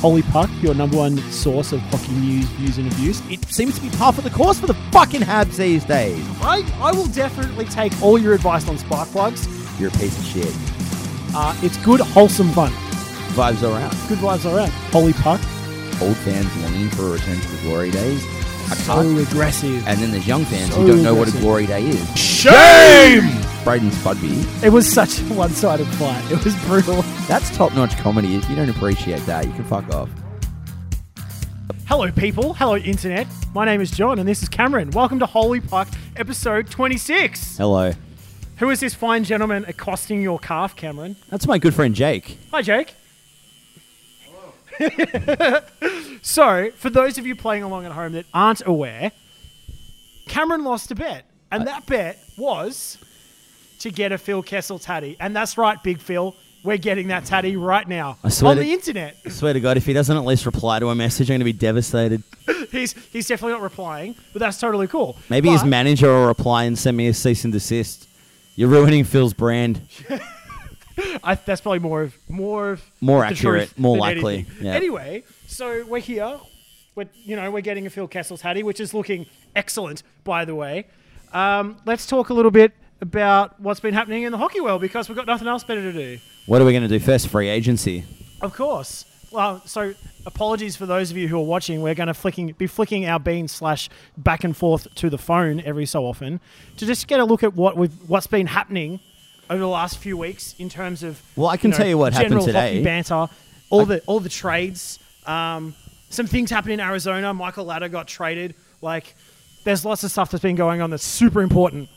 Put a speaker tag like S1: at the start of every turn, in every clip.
S1: Holy Puck, your number one source of hockey news, views, and abuse. It seems to be par for the course for the fucking Habs these days. I, I will definitely take all your advice on spark plugs.
S2: You're a piece of shit.
S1: Uh, it's good, wholesome fun.
S2: Vibes around.
S1: Good vibes all around. Holy Puck,
S2: Old fans longing for a return to the glory days. I
S1: so
S2: can't-
S1: aggressive.
S2: And then there's young fans
S1: So
S2: who don't know what a
S1: aggressive.
S2: glory day is.
S1: Shame!
S2: Braden Spudby,
S1: It was such a one-sided fight. It was brutal.
S2: that's top notch comedy. If you don't appreciate that, you can fuck off.
S1: Hello, people. Hello, internet. My name is John, and this is Cameron. Welcome to Holy Puck, episode 26.
S2: Hello.
S1: Who is this fine gentleman accosting your calf, Cameron?
S2: That's my good friend Jake.
S1: Hi, Jake. so, for those of you playing along at home that aren't aware, Cameron lost a bet, and that bet was to get a Phil Kessel tatty. And that's right, Big Phil. We're getting that tatty right now
S3: I swear
S1: on
S3: to-
S1: the internet.
S3: Swear to God, if he doesn't at least reply to a message, I'm going to be devastated.
S1: He's he's definitely not replying, but that's totally cool.
S3: Maybe his
S1: But-
S3: manager will reply and send me a cease and desist. You're ruining Phil's brand.
S1: I, that's probably more of more of
S3: More
S1: the
S3: accurate,
S1: truth
S3: more
S1: than
S3: likely,
S1: anything.
S3: yeah.
S1: Anyway, so we're here. We're you know we're getting a Phil Kessel's hattie, which is looking excellent, by the way. Um, let's talk a little bit about what's been happening in the hockey world because we've got nothing else better to do.
S3: What are we going to do first? Free agency.
S1: Of course. Well, so apologies for those of you who are watching. We're going to flicking be flicking our bean slash back and forth to the phone every so often to just get a look at what we've, what's been happening over the last few weeks in terms of.
S3: Well, I can
S1: know,
S3: tell you what happened
S1: general
S3: today.
S1: Hockey banter, all the all the trades. Um, some things happened in Arizona. Michael Ladder got traded. Like, there's lots of stuff that's been going on that's super important.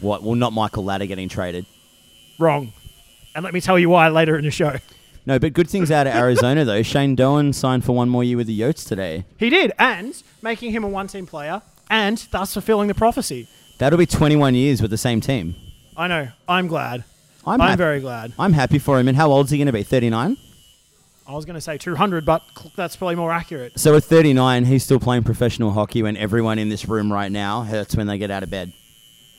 S3: What? Well, not Michael Ladder getting traded.
S1: Wrong, and let me tell you why later in the show.
S3: No, but good things out of Arizona, though. Shane Doan signed for one more year with the Yotes today.
S1: He did, and making him a one team player and thus fulfilling the prophecy.
S3: That'll be 21 years with the same team.
S1: I know. I'm glad.
S3: I'm
S1: I'm,
S3: hap-
S1: very glad.
S3: I'm happy for him. And how old's he going to be? 39?
S1: I was going to say 200, but cl- that's probably more accurate.
S3: So at 39, he's still playing professional hockey when everyone in this room right now hurts when they get out of bed.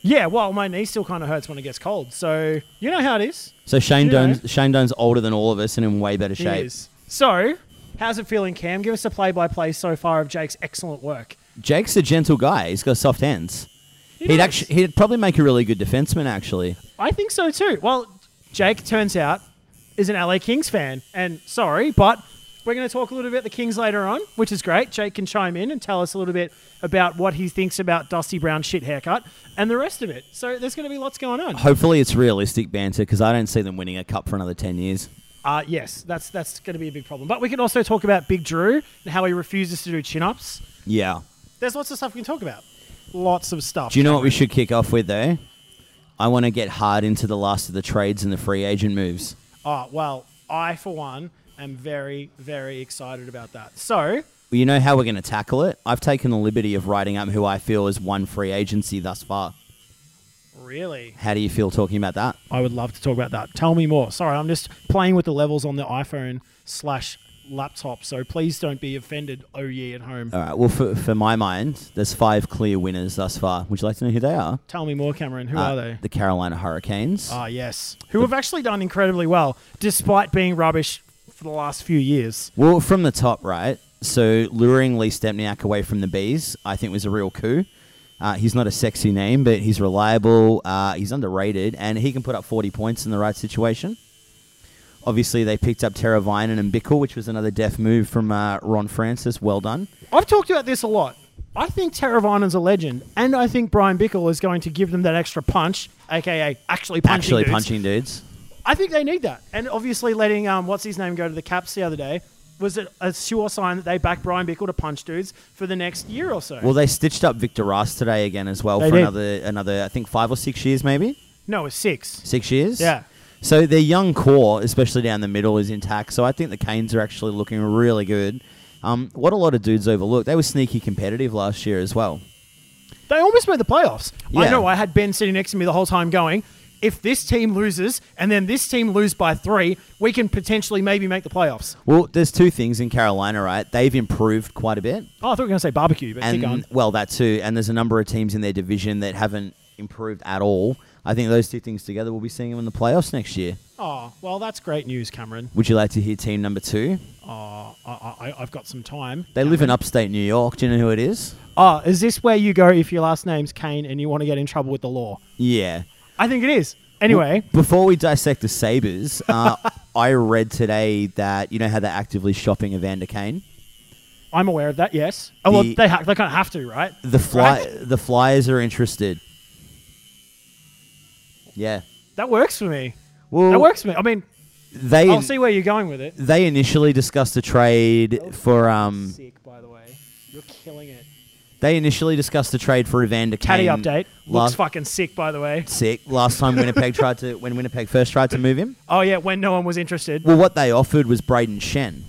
S1: Yeah, well, my knee still kind of hurts when it gets cold. So, you know how it is.
S3: So Shane,
S1: You know.
S3: Doan's, Shane Doan's older than all of us and in way better
S1: He
S3: shape.
S1: is. So, how's it feeling, Cam? Give us a play by play so far of Jake's excellent work.
S3: Jake's a gentle guy. He's got soft hands.
S1: He
S3: He would
S1: does.
S3: actually, he'd probably make a really good defenseman. Actually,
S1: I think so too. Well, Jake turns out is an LA Kings fan, and sorry, but we're going to talk a little bit about the Kings later on, which is great. Jake can chime in and tell us a little bit about what he thinks about Dusty Brown's shit haircut and the rest of it. So there's going to be lots going on.
S3: hopefully, it's realistic banter because I don't see them winning a cup for another ten years.
S1: Uh, yes, that's that's going to be a big problem. But we can also talk about Big Drew and how he refuses to do chin ups.
S3: Yeah.
S1: There's lots of stuff we can talk about. Lots of stuff.
S3: Do you know what we should kick off with though? I want to get hard into the last of the trades and the free agent moves.
S1: Oh, well, I for one am very very excited about that. So
S3: Well, you know how we're going to tackle it. I've taken the liberty of writing up who I feel is one free agency thus far.
S1: really.
S3: How do you feel talking about that?
S1: I would love to talk about that. Tell me more. Sorry, I'm just playing with the levels on the iPhone slash laptop, so please don't be offended, oh ye at home.
S3: All right. Well, for, for my mind, there's five clear winners thus far. Would you like to know who they are?
S1: Tell me more, Cameron. Who
S3: Uh,
S1: are they?
S3: The Carolina Hurricanes.
S1: Ah, yes. Who have actually done incredibly well, despite being rubbish for the last few years.
S3: Well, from the top, right? So luring Lee Stepniak away from the bees, I think, was a real coup. Uh, he's not a sexy name, but he's reliable. Uh, he's underrated, and he can put up 40 points in the right situation. Obviously, they picked up Tara Vinen and Bickle, which was another def move from uh, Ron Francis. Well done.
S1: I've talked about this a lot. I think Taravanen's a legend, and I think Brian Bickle is going to give them that extra punch, aka actually punching.
S3: Actually,
S1: dudes.
S3: punching dudes.
S1: I think they need that. And obviously, letting um, what's his name go to the Caps the other day was a, a sure sign that they backed Brian Bickle to punch dudes for the next year or so.
S3: Well, they stitched up Victor Ross today again as well
S1: They
S3: for
S1: did.
S3: another another I think five or six years maybe.
S1: no, it's six.
S3: six years.
S1: Yeah.
S3: So their young core, especially down the middle, is intact. So I think the Canes are actually looking really good. Um, what a lot of dudes overlooked. They were sneaky competitive last year as well.
S1: They almost made the playoffs. I
S3: Yeah.
S1: know. I had Ben sitting next to me the whole time going, if this team loses and then this team lose by three, we can potentially maybe make the playoffs.
S3: Well, there's two things in Carolina, right? They've improved quite a bit,
S1: Oh, I thought we were going to say barbecue, but keep going.
S3: and well, that too. And there's a number of teams in their division that haven't improved at all. I think those two things together, we'll be seeing them in the playoffs next year.
S1: Oh, well, that's great news, Cameron.
S3: Would you like to hear team number two?
S1: Oh, I, I, I've got some time.
S3: They live in upstate New York. Do you know who it is?
S1: Oh, is this where you go if your last name's Kane and you want to get in trouble with the law?
S3: Yeah.
S1: I think it is. Anyway,
S3: Before we dissect the Sabres, uh, I read today that you know how they're actively shopping Evander Kane.
S1: I'm aware of that. Yes. Oh well,
S3: The-
S1: they ha- they kind of have to, right?
S3: The fly,
S1: Right?
S3: the Flyers are interested. Yeah.
S1: That works for me.
S3: Well,
S1: that works for me. I mean,
S3: They
S1: I'll see Oh, where you're going with it.
S3: they initially discussed a trade for um.
S1: Sick, by the way. You're killing it.
S3: They initially discussed a trade for Evander
S1: Caddy
S3: Kane.
S1: update looks
S3: Last,
S1: fucking sick, by the way.
S3: sick. Last time Winnipeg tried to when Winnipeg first tried to move him.
S1: Oh yeah, when no one was interested.
S3: Well, what they offered was Braden Shen.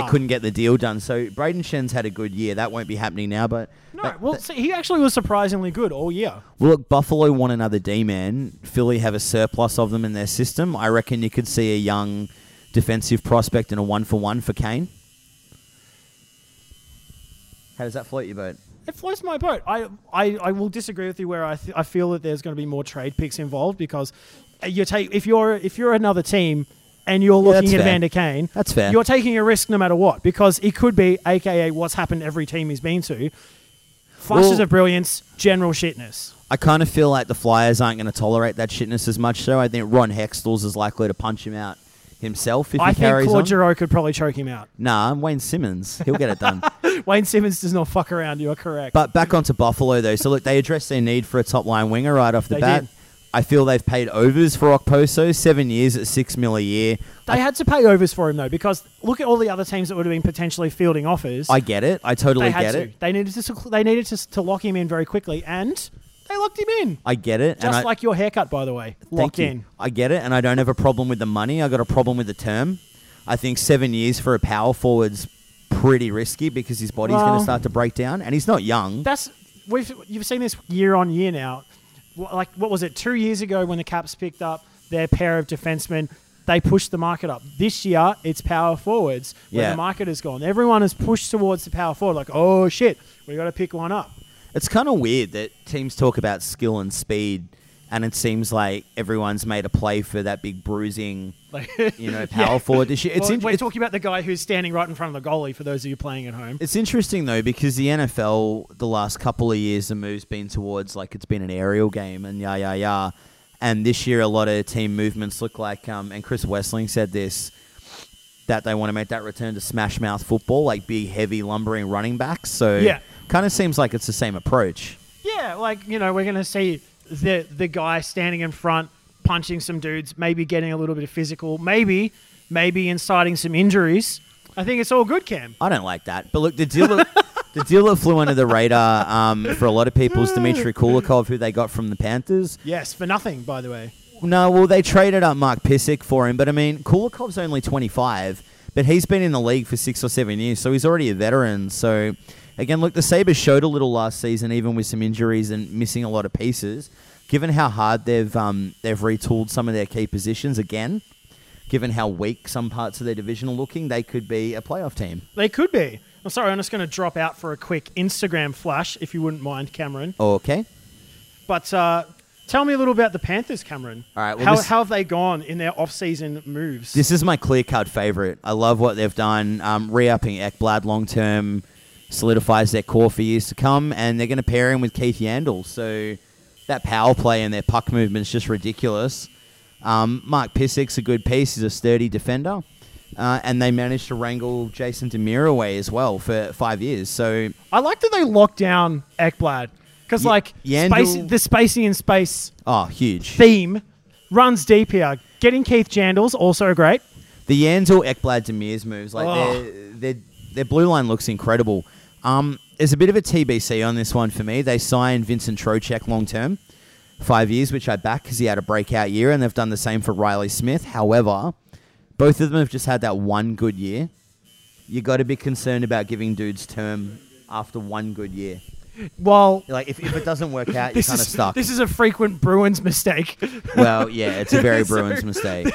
S1: Ah.
S3: they couldn't get the deal done. So Braden Shen's had a good year. That won't be happening now. But
S1: No, well, see, he actually was surprisingly good all year.
S3: well, look, Buffalo want another D man. Philly have a surplus of them in their system. I reckon you could see a young defensive prospect and a one for one for Kane. How does that float your boat?
S1: It floats my boat. I, I, I will disagree with you where I, th- I feel that there's going to be more trade picks involved because uh, you take if you're if you're another team and you're
S3: Yeah,
S1: looking
S3: that's
S1: at
S3: fair.
S1: Vander Kane,
S3: That's fair.
S1: You're taking a risk no matter what because it could be, aka what's happened every team he's been to, flashes
S3: Well-
S1: of brilliance, general shitness.
S3: I kind of feel like the Flyers aren't going to tolerate that shitness as much. So I think Ron Hextall's is likely to punch him out himself if
S1: I
S3: he
S1: think
S3: carries
S1: Claude
S3: on.
S1: Giroux could probably choke him out.
S3: Nah, Wayne Simmons. He'll get it done.
S1: Wayne Simmons does not fuck around. You are correct.
S3: But back onto Buffalo though. So look, they addressed their need for a top line winger right off the
S1: They
S3: bat.
S1: did.
S3: I feel they've paid overs for Okposo, seven years at six mil a year.
S1: they had to pay overs for him though because look at all the other teams that would have been potentially fielding offers.
S3: I get it. I totally
S1: they had
S3: get
S1: to.
S3: it.
S1: They needed to. sec- They needed to, s- to lock him in very quickly, and they locked him in.
S3: I get it. and
S1: Just
S3: I,
S1: like your haircut, by the way,
S3: thank
S1: locked
S3: you.
S1: in.
S3: I get it, and I don't have a problem with the money. I got a problem with the term. I think seven years for a power forward's pretty risky because his body's going
S1: Well-
S3: to start to break down, and he's not young.
S1: That's we've you've seen this year on year now. Wh- Like what was it two years ago when the Caps picked up their pair of defensemen? They pushed the market up. This year, it's power forwards where
S3: Yeah.
S1: the market has gone. Everyone has pushed towards the power forward. Like, oh shit, we got to pick one up.
S3: It's kind of weird that teams talk about skill and speed, and it seems like everyone's made a play for that big bruising,
S1: Like,
S3: you know, power forward. It's, it's,
S1: well,
S3: in-
S1: we're
S3: it's,
S1: talking about the guy who's standing right in front of the goalie. For those of you playing at home,
S3: it's interesting though because the NFL the last couple of years the move's been towards like it's been an aerial game and yeah yeah yeah, and this year a lot of team movements look like um, and Chris Wessling said this that they want to make that return to smash mouth football like big heavy lumbering running backs. So
S1: Yeah.
S3: kind of seems like it's the same approach.
S1: Yeah, like you know, we're gonna see the the guy standing in front, punching some dudes, maybe getting a little bit of physical, maybe maybe inciting some injuries. I think it's all good, Cam.
S3: I don't like that. But look, the deal that, the deal that flew under the radar um, for a lot of people is Dmitry Kulikov, who they got from the Panthers.
S1: Yes, for nothing, by the way.
S3: No, well, they traded up Mark Pissick for him, but I mean, Kulikov's only 25, but he's been in the league for six or seven years, so he's already a veteran. So, again, look, the Sabres showed a little last season, even with some injuries and missing a lot of pieces. Given how hard they've um, they've retooled some of their key positions again, given how weak some parts of their division are looking, they could be a playoff team.
S1: They could be. I'm sorry, I'm just gonna drop out for a quick Instagram flash, if you wouldn't mind, Cameron.
S3: Okay.
S1: But uh, tell me a little about the Panthers, Cameron.
S3: All right, well,
S1: how,
S3: this-
S1: how have they gone in their off-season moves?
S3: This is my clear cut favorite. I love what they've done. Um, Re upping Ekblad long term solidifies their core for years to come, and they're going to pair him with Keith Yandel. So that power play and their puck movement is just ridiculous. Um, Mark Pissick's a good piece. He's a sturdy defender. Uh, and they managed to wrangle Jason Demir away as well for five years. So
S1: I like that they locked down Ekblad because,
S3: Ye-
S1: like, space,
S3: Yandel-
S1: the spacing in space
S3: oh, huge.
S1: theme runs deep here. Getting Keith Jandals also great.
S3: The Yandel Ekblad Demir's moves, like
S1: Oh.
S3: their, their their blue line looks incredible. Um, there's a bit of a TBC on this one for me. They signed Vincent Trocek long term, five years, which I back because he had a breakout year, and they've done the same for Riley Smith. However, both of them have just had that one good year. You got to be concerned about giving dudes term after one good year.
S1: Well,
S3: Like if, if it doesn't work out, you're
S1: this
S3: kind of
S1: is
S3: stuck.
S1: this is a frequent Bruins mistake.
S3: well, yeah, it's a very Bruins mistake.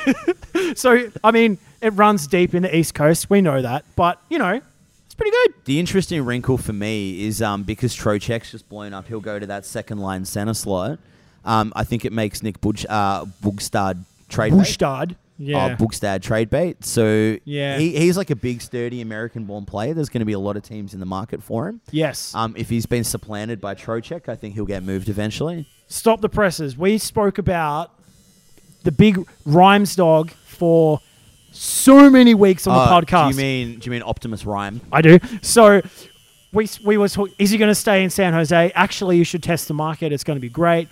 S1: so I mean, it runs deep in the East Coast. We know that, but you know, it's pretty good.
S3: The interesting wrinkle for me is um, because Trocek's just blown up, he'll go to that second line center slot. Um, I think it makes Nick Bug- uh, Bugstad trade bait.
S1: Bushtard. Yeah.
S3: Uh, Bookstad trade bait. So
S1: Yeah.
S3: he, he's like a big, sturdy American born player. There's going to be a lot of teams in the market for him.
S1: yes.
S3: Um, if he's been supplanted by Trocek, I think he'll get moved eventually.
S1: Stop the presses. We spoke about the big rhymes dog for so many weeks on
S3: Uh,
S1: the podcast.
S3: Do you mean do you mean Optimus Rhyme?
S1: I do. So we we was talk- is he going to stay in San Jose? Actually, you should test the market. It's going to be great.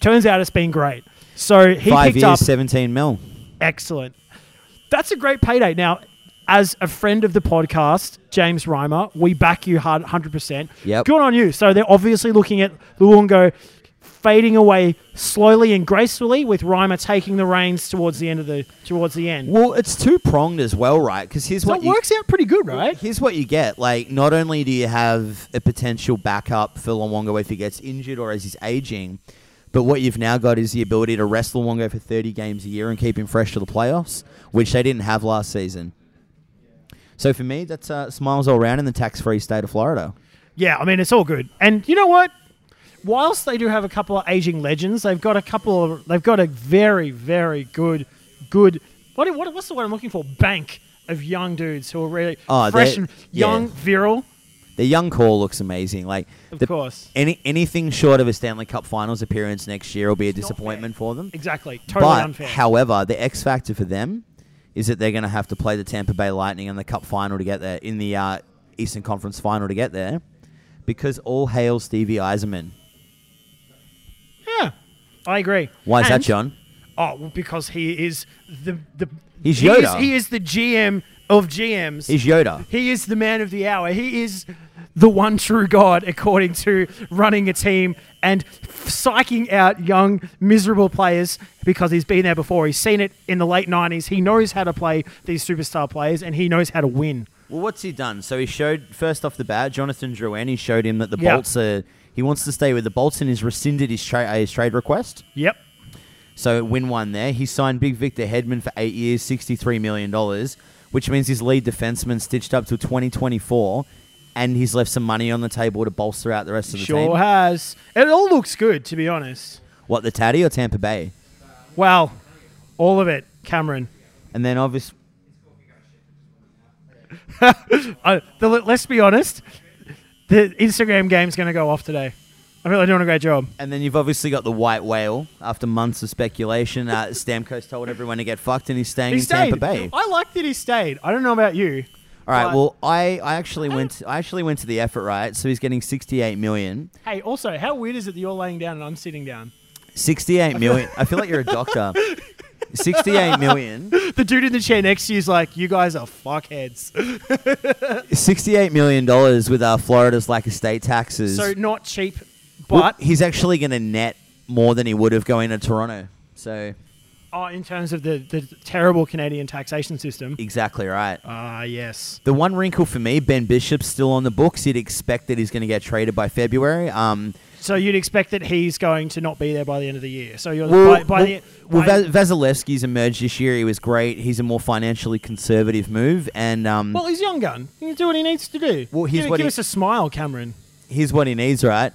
S1: Turns out it's been great. So he
S3: Five
S1: picked
S3: years,
S1: up
S3: seventeen mil.
S1: excellent. That's a great payday. Now, as a friend of the podcast, James Reimer, we back you hard, hundred percent.
S3: Yep.
S1: Good on you. So they're obviously looking at Luongo fading away slowly and gracefully, with Reimer taking the reins towards the end of the towards the end.
S3: Well, it's two pronged as well, right? Because here's
S1: So
S3: what
S1: it
S3: you,
S1: works out pretty good, right?
S3: Here's what you get. Like, not only do you have a potential backup for Luongo if he gets injured or as he's aging, but what you've now got is the ability to rest Luongo for 30 games a year and keep him fresh to the playoffs, which they didn't have last season. So for me, that's uh, smiles all around in the tax-free state of Florida.
S1: Yeah, I mean it's all good. And you know what? Whilst they do have a couple of aging legends, they've got a couple of they've got a very very good good what, what what's the word I'm looking for? Bank of young dudes who are really
S3: Oh,
S1: fresh
S3: they're-
S1: and
S3: yeah.
S1: young, virile.
S3: The young core looks amazing. Like,
S1: Of
S3: the-
S1: course.
S3: any anything short of a Stanley Cup Finals appearance next year will be a disappointment for them.
S1: Exactly. Totally
S3: but,
S1: unfair.
S3: however, the X factor for them is that they're going to have to play the Tampa Bay Lightning in the Cup final to get there, in the uh, Eastern Conference final to get there, because all hail Stevie Eiserman.
S1: yeah. I agree.
S3: Why is that,
S1: And-
S3: John?
S1: Oh, well, because he is the the
S3: He's
S1: he is-
S3: Yoda.
S1: he is the GM of GMs.
S3: He's Yoda.
S1: He is the man of the hour. He is the one true God, according to running a team and f- psyching out young, miserable players because he's been there before. He's seen it in the late 90s. He knows how to play these superstar players and he knows how to win.
S3: Well, what's he done? So he showed first off the bat, Jonathan Drouin. He showed him that the
S1: Yeah.
S3: Bolts are. He wants to stay with the Bolts, and he's rescinded his, tra- uh, his trade request.
S1: Yep.
S3: So win one there. He signed Big Victor Hedman for eight years, sixty-three million dollars, which means his lead defenseman stitched up till twenty twenty-four, and he's left some money on the table to bolster out the rest of the
S1: Sure
S3: team.
S1: has. It all looks good, to be honest.
S3: What the Taddy or Tampa Bay?
S1: Wow. All of it, Cameron.
S3: And then obviously,
S1: I, the, let's be honest. The Instagram game's going to go off today. I'm really doing a great job.
S3: and then you've obviously got the White Whale. After months of speculation, uh, Stamkos told everyone to get fucked, and he's staying
S1: He
S3: in
S1: stayed.
S3: Tampa Bay.
S1: I like that he stayed. I don't know about you.
S3: All right.
S1: But-
S3: Well, I, I actually went I actually went to the effort, right? So he's getting sixty-eight million.
S1: Hey, also, how weird is it that you're laying down and I'm sitting down?
S3: 68 million. I feel like you're a doctor. 68 million.
S1: The dude in the chair next to you is like, "You guys are fuckheads."
S3: 68 million dollars with uh, Florida's lack of state taxes.
S1: So not cheap,
S3: Well,
S1: but
S3: he's actually going to net more than he would have going to Toronto. So
S1: oh, in terms of the, the terrible Canadian taxation system.
S3: exactly right.
S1: Ah, yes.
S3: The one wrinkle for me, Ben Bishop's still on the books. You'd expect that he's going to get traded by February. Um,
S1: So you'd expect that he's going to not be there by the end of the year. So you're
S3: well,
S1: by, by
S3: well,
S1: the
S3: well,
S1: by-
S3: Va- Vasilevsky's emerged this year. He was great. He's a more financially conservative move. And um,
S1: well, he's young gun. He can do what he needs to do.
S3: Well, here's
S1: give,
S3: what
S1: give
S3: he-
S1: us a smile, Cameron.
S3: here's what he needs, right?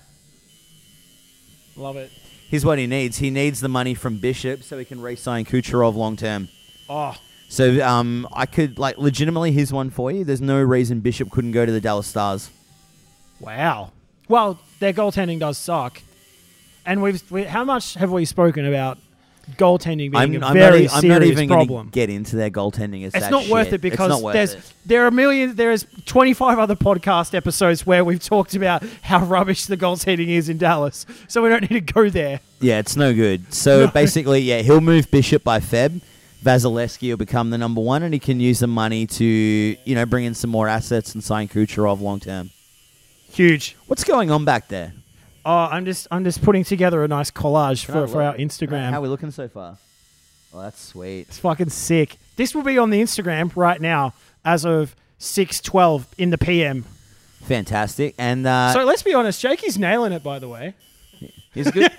S1: Love it.
S3: Here's what he needs. He needs the money from Bishop so he can re-sign Kucherov long term.
S1: Oh,
S3: So um, I could like legitimately here's one for you. There's no reason Bishop couldn't go to the Dallas Stars.
S1: Wow. Well, their goaltending does suck, and we've we, how much have we spoken about goaltending being a very
S3: not, e-, I'm
S1: serious
S3: not even gonna
S1: problem?
S3: get into their goaltending. It's,
S1: It's
S3: that
S1: not worth
S3: shit.
S1: it
S3: It's
S1: because
S3: not worth
S1: there's
S3: it.
S1: there are a million there is 25 other podcast episodes where we've talked about how rubbish the goaltending is in Dallas. So we don't need to go there.
S3: yeah, it's no good. So basically, yeah, he'll move Bishop by Feb. Vasilevsky will become the number one, and he can use the money to you know bring in some more assets and sign Kucherov long term.
S1: Huge.
S3: What's going on back there?
S1: Oh, I'm just I'm just putting together a nice collage
S3: Can I
S1: for, for our
S3: look? How are
S1: Instagram.
S3: we looking so far? Oh, that's sweet.
S1: It's fucking sick. This will be on the Instagram right now as of 6:12 in the PM.
S3: Fantastic. And uh,
S1: So let's be honest, Jakey's nailing it. By the way,
S3: he's a good.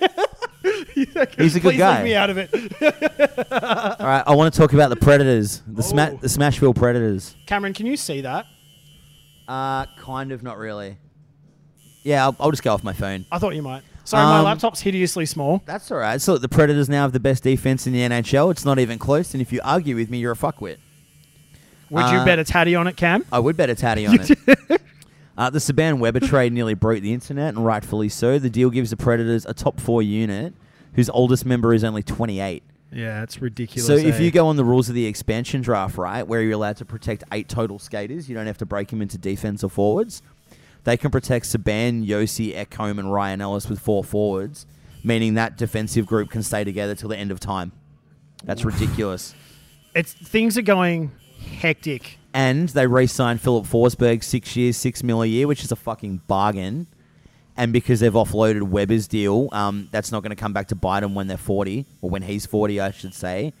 S3: he's a good
S1: please
S3: guy.
S1: leave me out of it.
S3: All right, I want to talk about the Predators,
S1: Oh.
S3: the, Sma- the Smashville Predators.
S1: Cameron, can you see that?
S3: Uh, kind of, not really. Yeah, I'll, I'll just go off my phone.
S1: I thought you might. Sorry, my
S3: Um,
S1: laptop's hideously small.
S3: That's all right. So look, the Predators now have the best defense in the NHL. It's not even close. And if you argue with me, you're a fuckwit.
S1: Would you
S3: uh,
S1: bet a tatty on it, Cam?
S3: I would bet a tatty on it. Uh, the Saban Weber trade nearly broke the internet, and rightfully so. The deal gives the Predators a top four unit whose oldest member is only 28.
S1: Yeah, it's ridiculous.
S3: So if
S1: eh?
S3: you go on the rules of the expansion draft, right, where you're allowed to protect eight total skaters, you don't have to break them into defense or forwards. They can protect Saban, Yossi, Ekholm, and Ryan Ellis with four forwards, meaning that defensive group can stay together till the end of time. That's ridiculous.
S1: it's things are going hectic.
S3: And they re-signed Philip Forsberg six years, six mil a year, which is a fucking bargain. And because they've offloaded Weber's deal, um, that's not going to come back to bite them when they're forty, or when he's forty, I should say.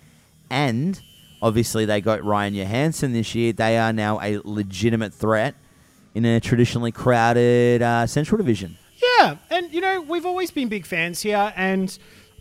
S3: And obviously, they got Ryan Johansson this year. They are now a legitimate threat in a traditionally crowded uh, Central Division.
S1: Yeah, and you know we've always been big fans here, and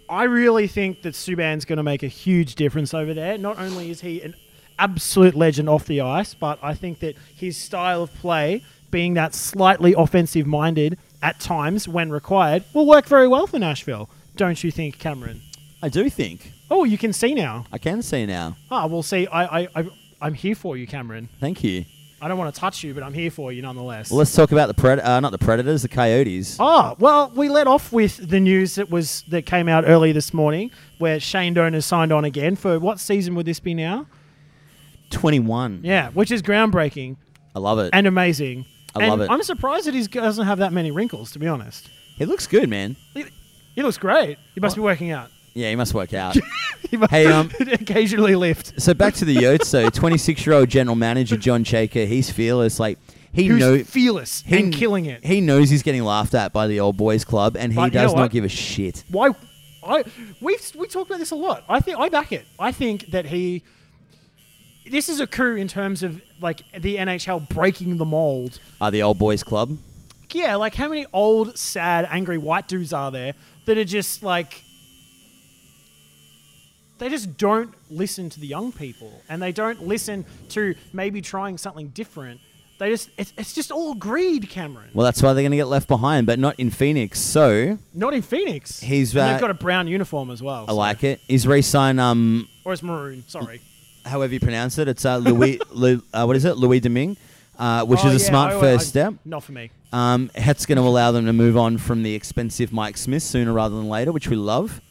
S1: I really think that Subban's going to make a huge difference over there. Not only is he an absolute legend off the ice, but I think that his style of play, being that slightly offensive minded at times when required, will work very well for Nashville. Don't you think, Cameron?
S3: I do think
S1: Oh, you can see now.
S3: I can see now.
S1: Ah, well, see, I, I, I, I'm here for you, Cameron.
S3: Thank you.
S1: I don't want to touch you, but I'm here for you nonetheless.
S3: Well, let's talk about the pred- uh, not the Predators, the Coyotes.
S1: Oh, well, we let off with the news that was that came out early this morning where Shane Doan has signed on again for what season would this be now?
S3: Twenty-one.
S1: Yeah, which is groundbreaking
S3: I love it.
S1: and amazing.
S3: I
S1: And
S3: love it.
S1: I'm surprised that he doesn't have that many wrinkles, to be honest.
S3: It looks good, man.
S1: He, he looks great. He must be working out.
S3: Yeah, he must work out.
S1: He must
S3: Hey, um,
S1: occasionally lift.
S3: so back to the Yotes. So 26 year old general manager John Shaker, he's fearless. Like he
S1: Who's
S3: knows
S1: fearless
S3: he,
S1: and killing it.
S3: He knows he's getting laughed at by the old boys club, and he
S1: But you know
S3: does
S1: what?
S3: not give a shit.
S1: why I we've we talked about this a lot. I think I back it. I think that he this is a coup in terms of like the NHL breaking the mold.
S3: Uh, the old boys club.
S1: Yeah, like how many old, sad, angry white dudes are there that are just like they just don't listen to the young people and they don't listen to maybe trying something different. They just it's, it's just all greed, Cameron.
S3: Well, that's why they're going to get left behind, but not in Phoenix. So
S1: Not in Phoenix.
S3: He's,
S1: And
S3: uh,
S1: they've got a brown uniform as well.
S3: I like it. He's re-signed. Um,
S1: or it's maroon. Sorry.
S3: however you pronounce it, it's uh, Louis. Lu, uh, what is it? Louis Domingue. Uh,
S1: Oh,
S3: which is a smart first step.
S1: Not for me.
S3: Um, that's going to allow them to move on from the expensive Mike Smith sooner rather than later, which we love.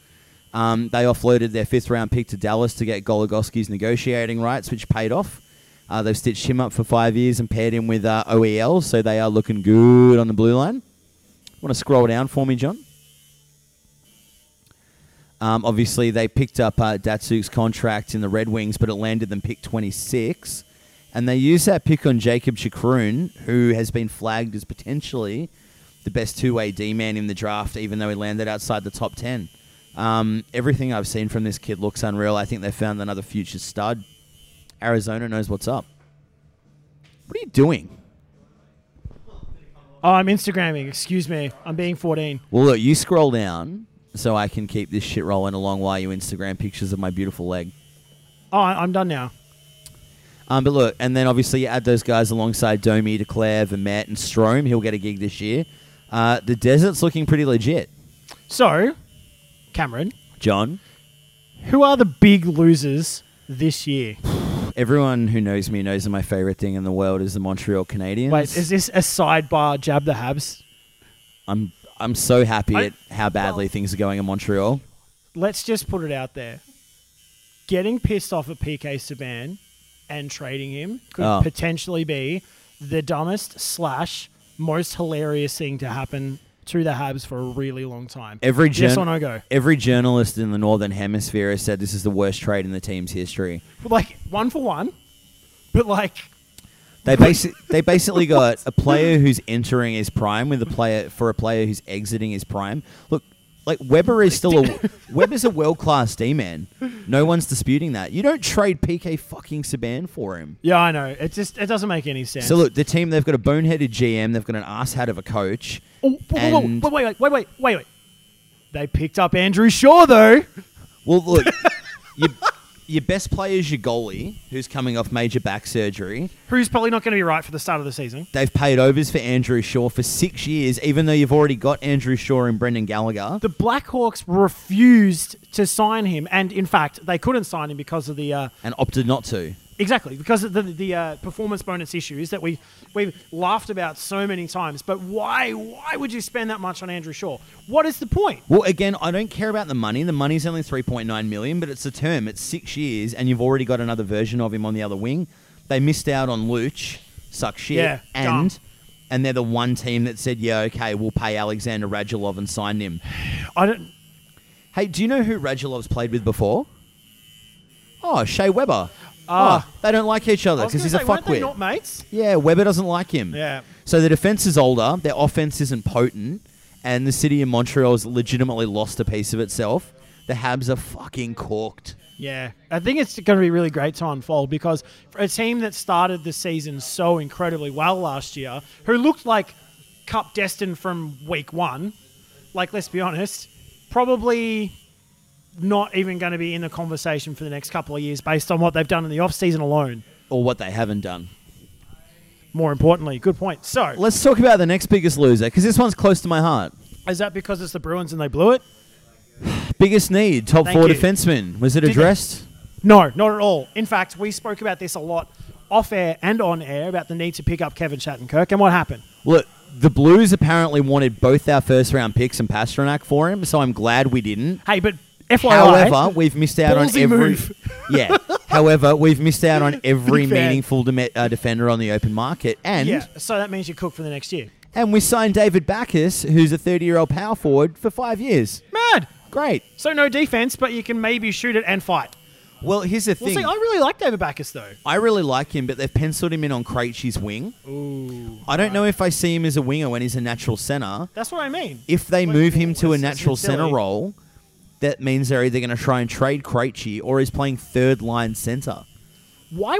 S3: Um, they offloaded their fifth round pick to Dallas to get Goligoski's negotiating rights, which paid off. Uh, they've stitched him up for five years and paired him with uh, OEL, so they are looking good on the blue line. Want to scroll down for me, John? Um, obviously, they picked up uh, Datsuk's contract in the Red Wings, but it landed them pick 26. And they used that pick on Jacob Chikroon, who has been flagged as potentially the best two way D man in the draft, even though he landed outside the top 10. Um, everything I've seen from this kid looks unreal. I think they found another future stud. Arizona knows what's up. What are you doing?
S1: Oh, I'm Instagramming. Excuse me. I'm being 14.
S3: Well, look, you scroll down so I can keep this shit rolling along while you Instagram pictures of my beautiful leg.
S1: Oh, I- I'm done now.
S3: Um, but look, and then obviously you add those guys alongside Domi, Declare, Vermette, and Strome. He'll get a gig this year. Uh, the desert's looking pretty legit.
S1: So, Cameron,
S3: John,
S1: who are the big losers this year?
S3: everyone who knows me knows that my favorite thing in the world is the Montreal Canadiens.
S1: Wait, is this a sidebar jab the Habs?
S3: I'm I'm so happy
S1: I-
S3: at how badly things are going in Montreal.
S1: Let's just put it out there. Getting pissed off at PK Saban and trading him could
S3: Oh.
S1: potentially be the dumbest slash most hilarious thing to happen to the Habs for a really long time.
S3: Every
S1: yes
S3: jour-
S1: or no go.
S3: Every journalist in the Northern Hemisphere has said this is the worst trade in the team's history.
S1: Like one for one, but like
S3: They basi- they basically got a player who's entering his prime with a player for a player who's exiting his prime. Look, like Weber is still a Weber's a world class D man. No one's disputing that. You don't trade PK fucking Saban for him.
S1: Yeah, I know. It just it doesn't make any sense.
S3: So look, the team they've got a boneheaded GM, they've got an ass hat of a coach.
S1: oh, whoa, whoa,
S3: and-
S1: whoa, wait, wait, wait, wait, wait, wait. They picked up Andrew Shaw though.
S3: Well, look, you your best player is your goalie, who's coming off major back surgery.
S1: Who's probably not going to be right for the start of the season.
S3: They've paid overs for Andrew Shaw for six years, even though you've already got Andrew Shaw and Brendan Gallagher.
S1: The Blackhawks refused to sign him, and in fact, they couldn't sign him because of the uh,
S3: and opted not to.
S1: Exactly, because of the, the uh, performance bonus issues that we we've laughed about so many times. But why why would you spend that much on Andrew Shaw? What is the point?
S3: Well, again, I don't care about the money. The money's only three point nine million, but it's a term. It's six years, and you've already got another version of him on the other wing. They missed out on Luch, suck shit,
S1: Yeah,
S3: and
S1: dumb.
S3: and they're the one team that said, yeah, okay, we'll pay Alexander Radulov and sign him.
S1: I don't.
S3: Hey, do you know who Radulov's played with before? Oh, Shea Weber.
S1: Ah.
S3: oh, they don't like each other
S1: I was
S3: because
S1: gonna
S3: he's a
S1: say, weren't they
S3: fuckwit.
S1: Not mates.
S3: Yeah, Weber doesn't like him.
S1: Yeah.
S3: So the defense is older, their offense isn't potent, and the city of Montreal's legitimately lost a piece of itself. The Habs are fucking corked.
S1: Yeah, I think it's going to be a really great to unfold because for a team that started the season so incredibly well last year, who looked like cup destined from week one, like let's be honest, probably not even going to be in the conversation for the next couple of years based on what they've done in the off season alone.
S3: Or what they haven't done.
S1: More importantly, good point. So,
S3: Let's talk about the next biggest loser because this one's close to my heart.
S1: is that because it's the Bruins and they blew it?
S3: Biggest need, top
S1: Thank
S3: four
S1: you.
S3: defenseman. Was it
S1: Did they-
S3: addressed?
S1: No, not at all. In fact, we spoke about this a lot off air and on air about the need to pick up Kevin Shattenkirk and what happened.
S3: Look, the Blues apparently wanted both our first round picks and Pasternak for him, so I'm glad we didn't.
S1: Hey, but FYI,
S3: However, we've missed out on
S1: Ballsy
S3: every.
S1: move.
S3: yeah. However, we've missed out on every
S1: Big fan.
S3: meaningful dem- uh, defender on the open market, and
S1: yeah, so that means you cook for the next year.
S3: and we signed David Backus, who's a 30 year old power forward, for five years.
S1: Mad.
S3: Great.
S1: So no defense, but you can maybe shoot it and fight.
S3: Well, here's the
S1: Well,
S3: thing.
S1: see, I really like David Backus though.
S3: I really like him, but they've penciled him in on Krejci's wing. Ooh. I don't know if I see him as a winger when he's a natural center.
S1: That's what I mean.
S3: If they
S1: Like,
S3: move him to a
S1: it's- it's
S3: natural
S1: silly.
S3: center role, that means they're either going to try and trade Krejci or he's playing third line center.
S1: Why?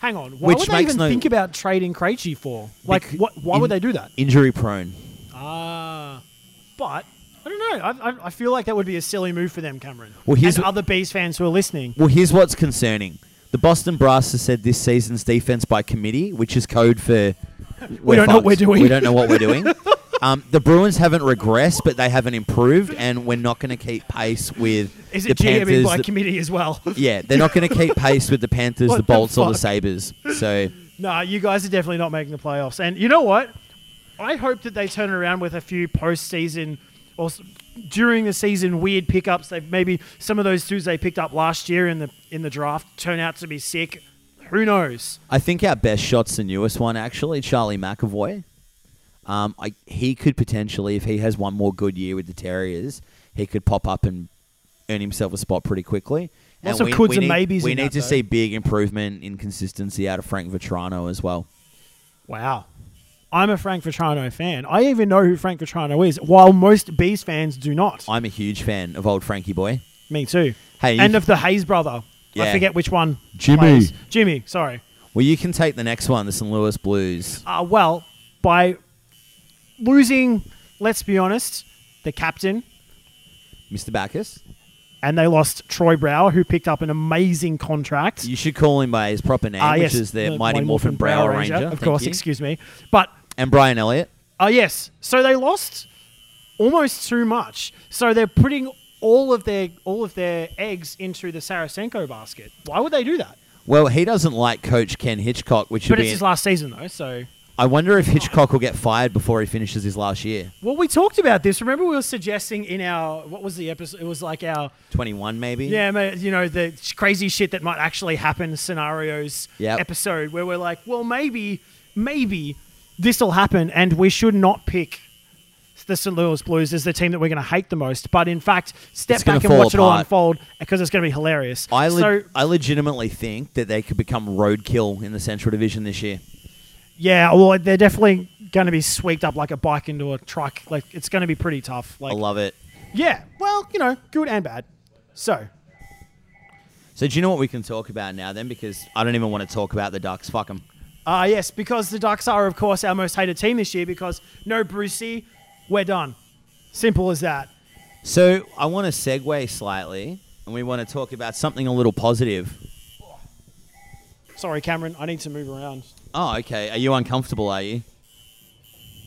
S1: Hang on. Why
S3: Which
S1: would they
S3: makes
S1: even
S3: no-
S1: think about trading Krejci for? Like,
S3: Bec-
S1: what? Why would
S3: in-
S1: they do that?
S3: Injury prone.
S1: Ah, but I don't know. I, I, I feel like that would be a silly move for them, Cameron.
S3: Well, here's
S1: and
S3: what-
S1: other bees fans who are listening.
S3: Well, here's what's concerning. The Boston Brass has said this season's defense by committee, which is code for we
S1: don't know what we're doing.
S3: We don't know what we're doing. um, the Bruins haven't regressed, but they haven't improved, and we're not going to keep pace with
S1: Is
S3: the
S1: it GMing
S3: Panthers.
S1: by
S3: the-
S1: committee as well?
S3: yeah, they're not going to keep pace with the Panthers,
S1: What
S3: the
S1: the
S3: Bolts, or the
S1: fuck?
S3: Sabers. So
S1: Nah, you guys are definitely not making the playoffs. And you know what? I hope that they turn it around with a few postseason or s- during the season weird pickups. They maybe some of those dudes they picked up last year in the in the draft turn out to be sick. Who knows?
S3: I think our best shot's the newest one, actually, Charlie McAvoy. Um, I, he could potentially, if he has one more good year with the Terriers, he could pop up and earn himself a spot pretty quickly.
S1: Lots of coulds and
S3: need,
S1: maybes
S3: We
S1: in
S3: need
S1: that,
S3: to
S1: though.
S3: see big improvement in consistency out of Frank Vetrano as well.
S1: Wow. I'm a Frank Vitrano fan. I even know who Frank Vitrano is, while most Bees fans do not.
S3: I'm a huge fan of old Frankie boy.
S1: Me too.
S3: Hey,
S1: and
S3: you-
S1: of the Hayes brother. I
S3: Yeah.
S1: forget which one.
S3: Jimmy.
S1: plays. Jimmy, sorry.
S3: Well, you can take the next one, the St. Louis Blues.
S1: Uh, well, by losing, let's be honest, the captain,
S3: Mr. Backus,
S1: and they lost Troy Brower, who picked up an amazing contract.
S3: you should call him by his proper name,
S1: Ah,
S3: which
S1: yes,
S3: is the, Mighty Morphin Brow Ranger.
S1: Of
S3: Thank
S1: course,
S3: you.
S1: excuse me. But,
S3: And Brian Elliott.
S1: uh, yes, so they lost almost too much. So they're putting all of their all of their eggs into the Sarasenko basket. Why would they do that?
S3: Well, he doesn't like coach Ken Hitchcock, which should
S1: But
S3: be
S1: it's his last season, though, so...
S3: I wonder if Hitchcock will get fired before he finishes his last year.
S1: Well, we talked about this. Remember, we were suggesting in our what was the episode? It was like our
S3: 21, maybe?
S1: yeah, ma- you know, the sh- crazy shit that might actually happen scenarios
S3: Yep.
S1: episode where we're like, well, maybe, maybe this will happen, and we should not pick the St. Louis Blues as the team that we're going to hate the most. But in fact, step
S3: It's gonna
S1: back and
S3: fall
S1: watch it all
S3: apart.
S1: unfold because it's going to be hilarious.
S3: I, le-
S1: so
S3: I legitimately think that they could become roadkill in the Central Division this year.
S1: yeah, well, they're definitely going to be sweeped up like a bike into a truck. Like it's going to be pretty tough. Like
S3: I love it.
S1: yeah, well, you know, good and bad. So
S3: So, do you know what we can talk about now then? Because I don't even want to talk about the Ducks. Fuck them.
S1: Ah, yes, because the Ducks are, of course, our most hated team this year because no Brucey, we're done. Simple as that.
S3: So, I want to segue slightly and we want to talk about something a little positive.
S1: Sorry, Cameron. I need to move around.
S3: Oh, okay. Are you uncomfortable? Are you?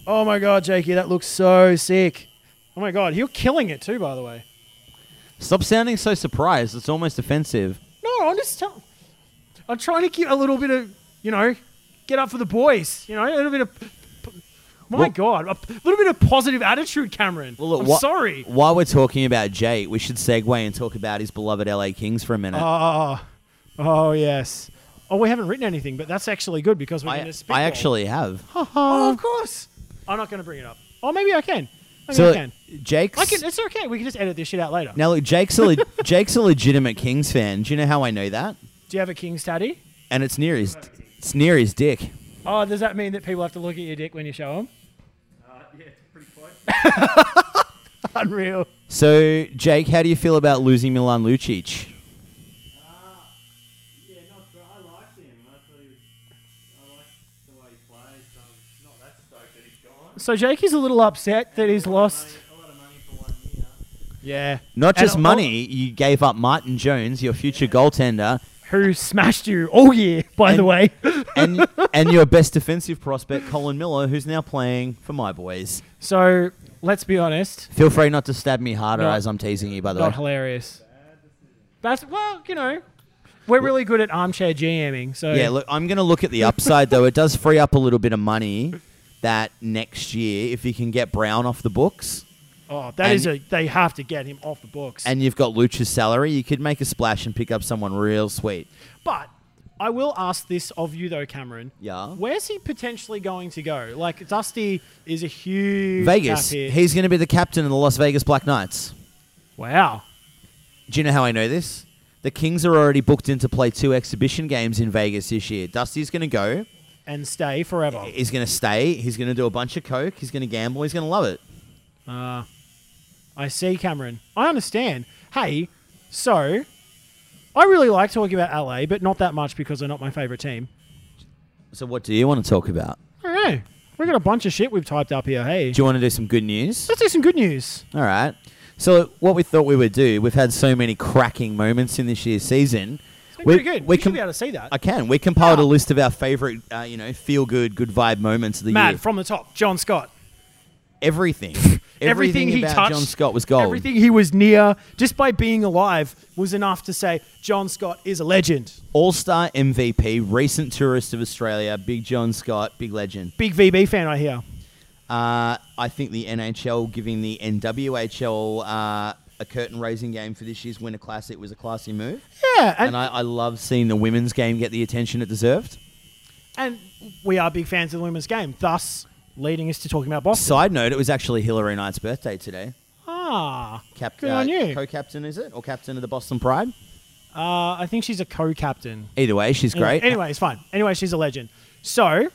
S1: Oh my god, Jakey, that looks so sick. Oh my god, you're killing it too, by the way.
S3: Stop sounding so surprised. It's almost offensive.
S1: No, I'm just tell- I'm trying to keep a little bit of, you know, get up for the boys. You know, a little bit of. My
S3: Well-
S1: God, a p- little bit of positive attitude, Cameron.
S3: Well, look,
S1: I'm
S3: wha-
S1: sorry.
S3: While we're talking about Jake, we should segue and talk about his beloved LA Kings for a minute.
S1: Oh, oh yes. Oh, we haven't written anything, but that's actually good because we're going
S3: I,
S1: to speak.
S3: I actually have.
S1: Oh, of course. I'm not going to bring it up. Oh, maybe I can. Maybe
S3: so
S1: I can.
S3: Jake's
S1: I can. It's okay. We can just edit this shit out later.
S3: now look, Jake's a le- Jake's a legitimate Kings fan. Do you know how I know that?
S1: Do you have a King's tatty?
S3: And it's near his it's near his dick.
S1: Oh, does that mean that people have to look at your dick when you show them? Uh, yeah, it's pretty close. Unreal.
S3: So Jake, how do you feel about losing Milan Lucic?
S4: Yeah, not great. I liked him. I thought he was, I liked the way he played, so I'm not that stoked that he's gone.
S1: So Jake is a little upset that he's lost.
S4: A lot of money for one year.
S1: Yeah.
S3: Not
S1: And
S3: just
S1: all-
S3: money, you gave up Martin Jones, your future goaltender,
S1: Who smashed you all year, by the
S3: And-
S1: way.
S3: and and your best defensive prospect, Colin Miller, who's now playing for my boys.
S1: So let's be honest,
S3: Feel free not to stab me harder
S1: Not-
S3: as I'm teasing you, by the
S1: not
S3: way.
S1: hilarious. That's well, you know, we're really good at armchair GMing. So
S3: Yeah, look, I'm going to look at the upside, though. It does free up a little bit of money that next year, if you can get Brown off the books
S1: oh, that is
S3: and-
S1: a they have to get him off the books.
S3: and you've got Lucha's salary, you could make a splash and pick up someone real sweet.
S1: But I will ask this of you though, Cameron.
S3: Yeah.
S1: Where's he potentially going to go? Like Dusty is a huge
S3: Vegas,
S1: tap here.
S3: he's going to be the captain of the Las Vegas Black Knights.
S1: wow.
S3: Do you know how I know this? The Kings are already booked in to play two exhibition games in Vegas this year. Dusty's going to go.
S1: And stay forever.
S3: He's going to stay. He's going to do a bunch of coke. He's going to gamble. He's going to love it.
S1: Uh, I see, Cameron. I understand. Hey, so I really like talking about LA, but not that much because they're not my favorite team.
S3: So, what do you want to talk about?
S1: I don't know. We got a bunch of shit we've typed up here. Hey,
S3: Do you want to do some good news?
S1: let's do some good news.
S3: All right. So what we thought we would do, we've had so many cracking moments in this year's season.
S1: It's been pretty good. We, should be able to see that.
S3: I can. We compiled a
S1: Yeah.
S3: list of our favorite, uh, you know, feel good, good vibe moments of the
S1: Mad
S3: year.
S1: from the top, John Scott.
S3: everything,
S1: Everything, he
S3: about
S1: touched,
S3: John Scott was gold.
S1: Everything he was near, just by being alive, was enough to say John Scott is a legend.
S3: All star MVP, recent tourist of Australia, Big John Scott, big legend.
S1: Big VB fan, I hear.
S3: Uh, I think the NHL giving the NWHL uh, a curtain raising game for this year's Winter Classic was a classy move,
S1: Yeah, and,
S3: and I, I love seeing the women's game get the attention it deserved.
S1: and we are big fans of the women's game, thus leading us to talking about Boston.
S3: Side note, it was actually Hillary Knight's birthday today.
S1: Ah,
S3: Cap- uh,
S1: Good on you.
S3: Co-captain, is it? Or captain of the Boston Pride?
S1: uh, I think she's a co-captain.
S3: Either way, she's
S1: Anyway-
S3: great.
S1: Anyway, it's fine. Anyway, she's a legend. So,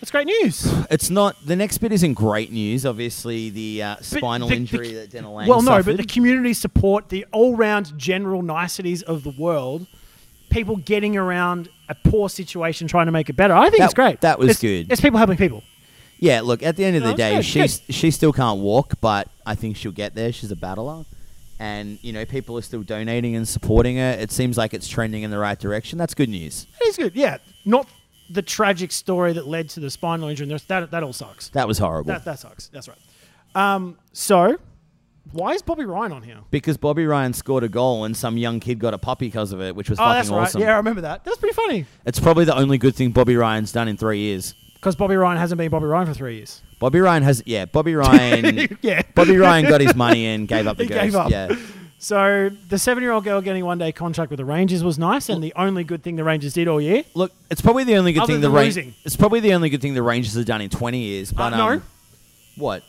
S1: that's great news.
S3: It's not, the next bit isn't great news. Obviously, the uh, spinal
S1: the- the-
S3: injury that Dana Lang
S1: well, no,
S3: suffered.
S1: but the community support, the all-round general niceties of the world, people getting around a poor situation, trying to make it better. I think
S3: That-
S1: it's great.
S3: that was
S1: It's-
S3: good.
S1: It's people helping people.
S3: yeah, look, at the end of
S1: No,
S3: the
S1: it's
S3: day,
S1: good,
S3: she's, she still can't walk, but I think she'll get there. She's a battler. And, you know, people are still donating and supporting her. It seems like it's trending in the right direction. That's good news.
S1: It is good. Yeah, not the tragic story that led to the spinal injury. and That that all sucks.
S3: That was horrible.
S1: That that sucks. That's right. Um, so, why is Bobby Ryan on here?
S3: because Bobby Ryan scored a goal and some young kid got a puppy because of it, which was
S1: Oh,
S3: fucking
S1: that's right.
S3: awesome.
S1: Yeah, I remember that. That's pretty funny.
S3: It's probably the only good thing Bobby Ryan's done in three years.
S1: Because Bobby Ryan hasn't been Bobby Ryan for three years.
S3: Bobby Ryan has, yeah, Bobby Ryan,
S1: Yeah.
S3: Bobby Ryan got his money and gave up the
S1: He
S3: ghost.
S1: gave up.
S3: Yeah,
S1: So the seven-year-old girl getting one-day contract with the Rangers was nice, and the only good thing the Rangers did all year.
S3: look, it's probably the only good
S1: Other
S3: thing the
S1: than
S3: Ra-
S1: losing.
S3: It's probably the only good thing the Rangers have done in twenty years. But
S1: Uh, no.
S3: um, what?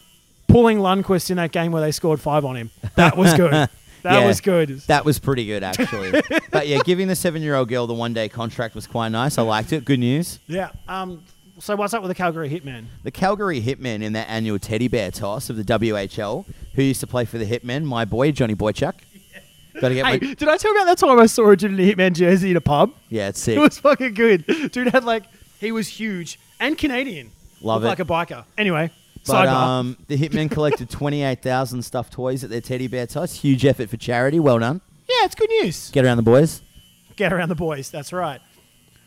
S1: pulling Lundqvist in that game where they scored five on him. That was good. That
S3: Yeah.
S1: was good.
S3: That was pretty good actually. but yeah, giving the seven-year-old girl the one-day contract was quite nice. I liked it. Good news.
S1: Yeah. Um, so what's up with the Calgary Hitman?
S3: The Calgary Hitmen in their annual teddy bear toss of the WHL, who used to play for the Hitmen, my boy Johnny Boychuk. Got to get
S1: Hey,
S3: my
S1: did I tell you about that time I saw a dude in a Hitman jersey in a pub?
S3: yeah, it's
S1: It
S3: sick.
S1: was fucking good. Dude had like he was huge and Canadian.
S3: Love
S1: Looked
S3: it.
S1: Like a biker. Anyway,
S3: But
S1: sidebar.
S3: um, the hitmen collected 28,000 stuffed toys at their teddy bear toss. Huge effort for charity. Well done.
S1: Yeah, it's good news.
S3: Get around the boys.
S1: Get around the boys. That's right.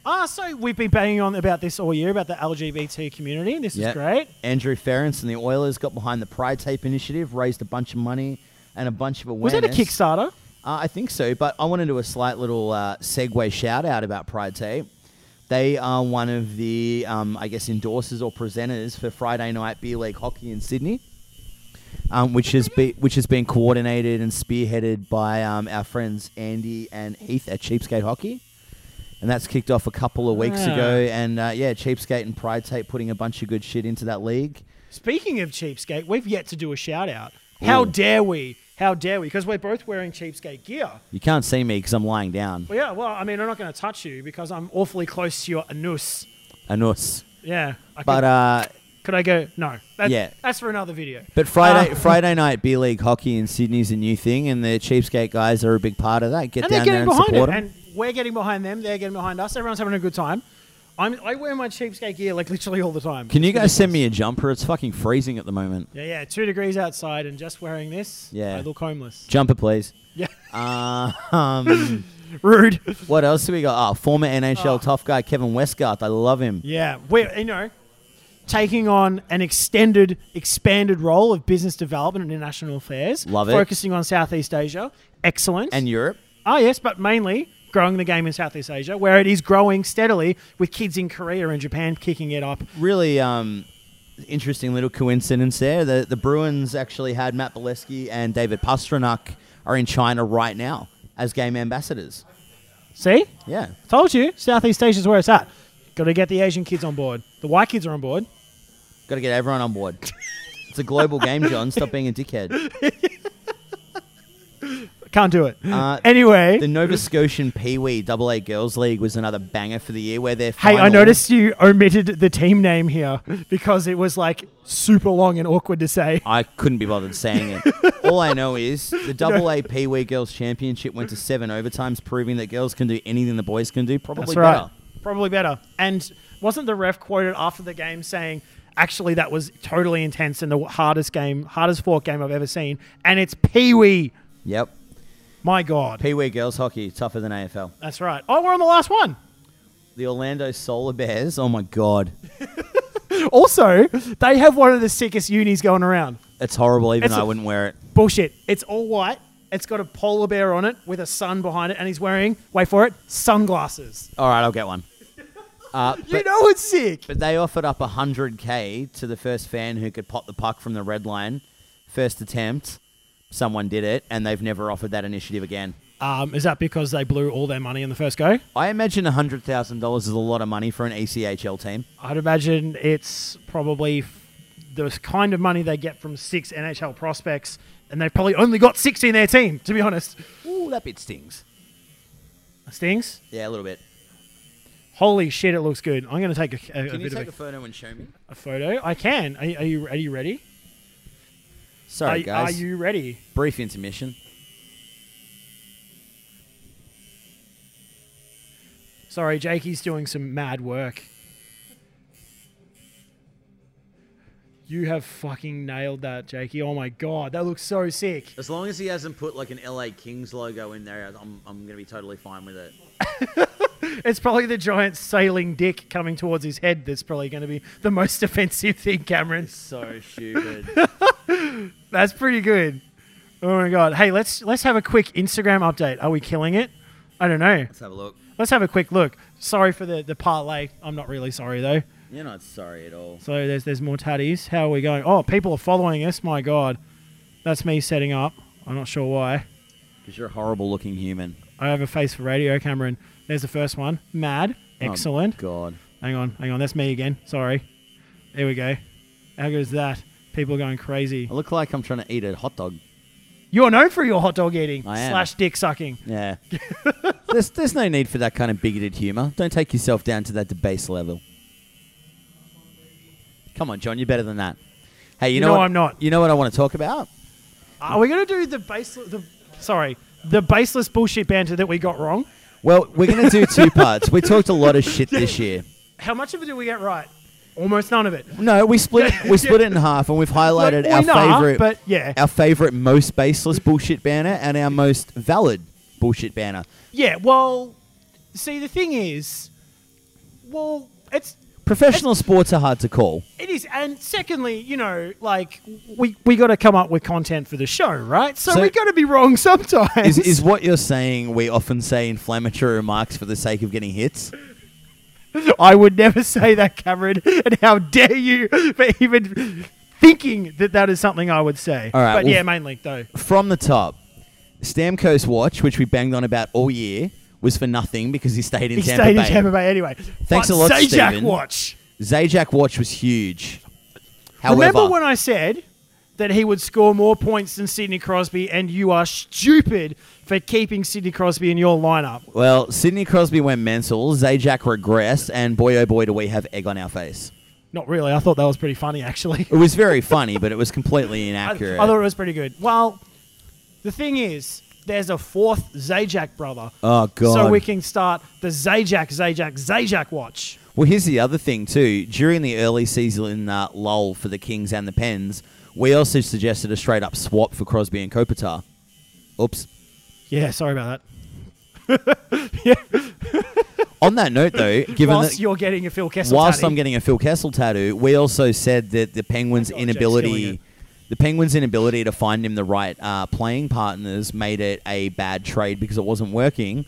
S1: Ah, so we've been banging on about this all year about the LGBT community. and This
S3: Yeah.
S1: is great.
S3: Andrew Ferrance and the Oilers got behind the Pride Tape initiative, raised a bunch of money and a bunch of
S1: Was
S3: awareness.
S1: that a Kickstarter?
S3: Uh, I think so, but I want to do a slight little uh, segue shout out about Pride Tape. They are one of the, um, I guess, endorsers or presenters for Friday night beer league hockey in Sydney, um, which has be, which has been coordinated and spearheaded by um, our friends Andy and Heath at Cheapskate Hockey, and that's kicked off a couple of weeks
S1: Ah.
S3: ago. And uh, yeah, Cheapskate and Pride Tape putting a bunch of good shit into that league.
S1: Speaking of cheapskate, we've yet to do a shout out. How
S3: Ooh.
S1: dare we? How dare we? Because we're both wearing cheapskate gear.
S3: You can't see me because I'm lying down.
S1: Well, yeah. Well, I mean, I'm not going to touch you because I'm awfully close to your anus.
S3: Anus.
S1: Yeah. I could,
S3: But uh,
S1: could I go? No. That,
S3: Yeah.
S1: That's for another video.
S3: But Friday,
S1: Uh,
S3: Friday night beer league hockey in Sydney's a new thing, and the cheapskate guys are a big part of that. Get
S1: and they're
S3: down
S1: getting
S3: there and
S1: behind
S3: support
S1: it,
S3: them.
S1: and we're getting behind them. They're getting behind us. Everyone's having a good time. I'm, I wear my cheapskate gear like literally all the time.
S3: Can you
S1: It's
S3: guys send
S1: ridiculous.
S3: me a jumper? It's fucking freezing at the moment.
S1: Yeah, yeah. Two degrees outside, and just wearing this,
S3: Yeah.
S1: I look homeless.
S3: Jumper, please.
S1: Yeah,
S3: Uh, um,
S1: rude.
S3: what else do we got? Oh, former NHL
S1: Ah.
S3: tough guy Kevin Westgarth. I love him.
S1: Yeah, we you know taking on an extended, expanded role of business development and international affairs.
S3: Love it.
S1: Focusing on Southeast Asia, excellent.
S3: And Europe.
S1: ah, yes, but mainly growing the game in Southeast Asia, where it is growing steadily with kids in Korea and Japan kicking it up.
S3: Really um, interesting little coincidence there. The, the Bruins actually had Matt Bolesky and David Pasternak are in China right now as game ambassadors.
S1: See,
S3: Yeah.
S1: told you, Southeast Asia is where it's at. Got to get the Asian kids on board. The white kids are on board.
S3: Got to get everyone on board. it's a global game, John. Stop being a dickhead.
S1: Can't do it.
S3: Uh,
S1: anyway,
S3: The Nova Scotian Pee Wee Double A Girls League was another banger for the year where they're.
S1: Hey, I noticed you omitted the team name here because it was like super long and awkward to say.
S3: I couldn't be bothered saying it. All I know is the Double A Pee Wee Girls Championship went to seven overtimes, proving that girls can do anything the boys can do. Probably
S1: That's right.
S3: better.
S1: Probably better. And wasn't the ref quoted after the game saying, actually, that was totally intense and the hardest game, hardest fought game I've ever seen? And it's Pee Wee.
S3: Yep.
S1: My God.
S3: Pee Wee Girls Hockey tougher than AFL.
S1: That's right. Oh, we're on the last one.
S3: The Orlando Solar Bears. Oh my god,
S1: Also, they have one of the sickest unis going around.
S3: it's horrible. Even
S1: It's
S3: I
S1: a-
S3: wouldn't wear it.
S1: Bullshit. It's all white. It's got a polar bear on it with a sun behind it, and he's wearing, wait for it, sunglasses.
S3: All right, I'll get one. Uh,
S1: You know it's sick.
S3: But they offered up 100k to the first fan who could pop the puck from the red line. First attempt, someone did it, and they've never offered that initiative again.
S1: Um, is that because they blew all their money in the first go?
S3: I imagine $100,000 is a lot of money for an ECHL team.
S1: I'd imagine it's probably f- the kind of money they get from six NHL prospects, and they've probably only got six in their team, to be honest.
S3: Ooh, that bit stings.
S1: Stings?
S3: Yeah, a little bit.
S1: Holy shit, it looks good. I'm going to take a, a, a
S3: Can you
S1: bit
S3: take a
S1: of
S3: photo and show me?
S1: a, a photo. I can. Are, are, you, are you ready?
S3: Sorry,
S1: are,
S3: guys.
S1: are you ready?
S3: Brief intermission.
S1: Sorry, Jakey's doing some mad work. You have fucking nailed that, Jakey. Oh my god, that looks so sick.
S3: As long as he hasn't put like an LA Kings logo in there, I'm, I'm going to be totally fine with it.
S1: It's probably the giant sailing dick coming towards his head that's probably going to be the most offensive thing, Cameron.
S3: So stupid.
S1: That's pretty good. Oh my god! Hey, let's let's have a quick Instagram update. Are we killing it? I don't know.
S3: Let's have a look.
S1: Let's have a quick look. Sorry for the the parlay. I'm not really sorry though.
S3: You're not sorry at all.
S1: So there's there's more tatties. How are we going? Oh, people are following us. My god, that's me setting up. I'm not sure why.
S3: Because you're a horrible looking human.
S1: I have a face for radio, Cameron. There's the first one. Mad.
S3: Oh,
S1: Excellent.
S3: God.
S1: Hang on, hang on. That's me again. Sorry. There we go. How goes that? People are going crazy.
S3: I look like I'm trying to eat a hot dog.
S1: You're known for your hot dog eating
S3: I am.
S1: slash dick sucking.
S3: Yeah. there's, there's no need for that kind of bigoted humour. Don't take yourself down to that debase level. Come on, John, you're better than that. Hey, you know
S1: No,
S3: what?
S1: I'm not.
S3: You know what I want to talk about?
S1: Are we gonna do the baseless? The, sorry, the baseless bullshit banter that we got wrong.
S3: Well, we're going to do two parts. We talked a lot of shit this year.
S1: How much of it did we get right? Almost none of it.
S3: No, we split it, we split it in half, and we've highlighted
S1: Like,
S3: our
S1: we know,
S3: favorite,
S1: but yeah.
S3: our favorite most baseless bullshit banner and our most valid bullshit banner.
S1: Yeah, well, see, the thing is, well, it's
S3: Professional sports are hard to call.
S1: it is, and secondly, you know, like we we got to come up with content for the show, right? So,
S3: So-
S1: we got to be wrong sometimes.
S3: Is, is what you're saying we often say inflammatory remarks for the sake of getting hits?
S1: I would never say that, Cameron, and how dare you for even thinking that that is something I would say.
S3: All right,
S1: but
S3: well-
S1: yeah, mainly though.
S3: From the top, Stamkos watch, which we banged on about all year, was for nothing because he stayed in
S1: He
S3: Tampa
S1: stayed
S3: Bay.
S1: in Tampa Bay anyway.
S3: Thanks
S1: but
S3: a lot,
S1: Sajak
S3: Steven.
S1: watch.
S3: Zajac watch was huge. However,
S1: Remember when I said that he would score more points than Sidney Crosby, and you are stupid for keeping Sidney Crosby in your lineup.
S3: well, Sidney Crosby went mental, Zajac regressed, and boy oh boy do we have egg on our face.
S1: Not really. I thought that was pretty funny, actually.
S3: It was very funny, but it was completely
S1: I, I
S3: inaccurate.
S1: thought it was pretty good. Well, the thing is, there's a fourth Zajac brother.
S3: oh god.
S1: So we can start the Zajac, Zajac, Zajac watch.
S3: Well, here's the other thing too. During the early season uh, lull for the Kings and the Pens, we also suggested a straight up swap for Crosby and Kopitar. Oops.
S1: Yeah, sorry about that.
S3: On that note, though, given
S1: whilst
S3: that
S1: you're getting a Phil Kessel
S3: whilst
S1: tatty.
S3: I'm getting a Phil Kessel tattoo, we also said that the Penguins'
S1: Oh, Jake's killing it.
S3: inability, the Penguins' inability to find him the right uh, playing partners, made it a bad trade because it wasn't working.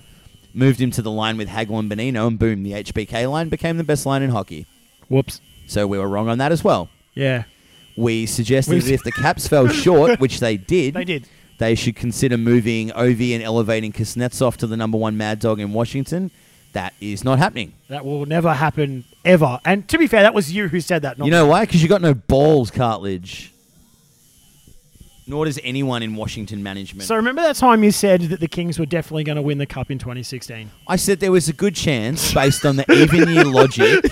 S3: Moved him to the line with Hagel and Benino, and boom, the HBK line became the best line in hockey.
S1: Whoops.
S3: So we were wrong on that as well.
S1: Yeah.
S3: We suggested
S1: We-
S3: that if the Caps fell short, which they did,
S1: They did.
S3: they should consider moving Ovi and elevating Kuznetsov to the number one Mad Dog in Washington. That is not happening.
S1: That will never happen ever. And to be fair, that was you who said that. Not
S3: You know why? Because you got no balls, cartilage. Nor does anyone in Washington management.
S1: So remember that time you said that the Kings were definitely going to win the cup in 2016.
S3: I said there was a good chance, based on the even year logic,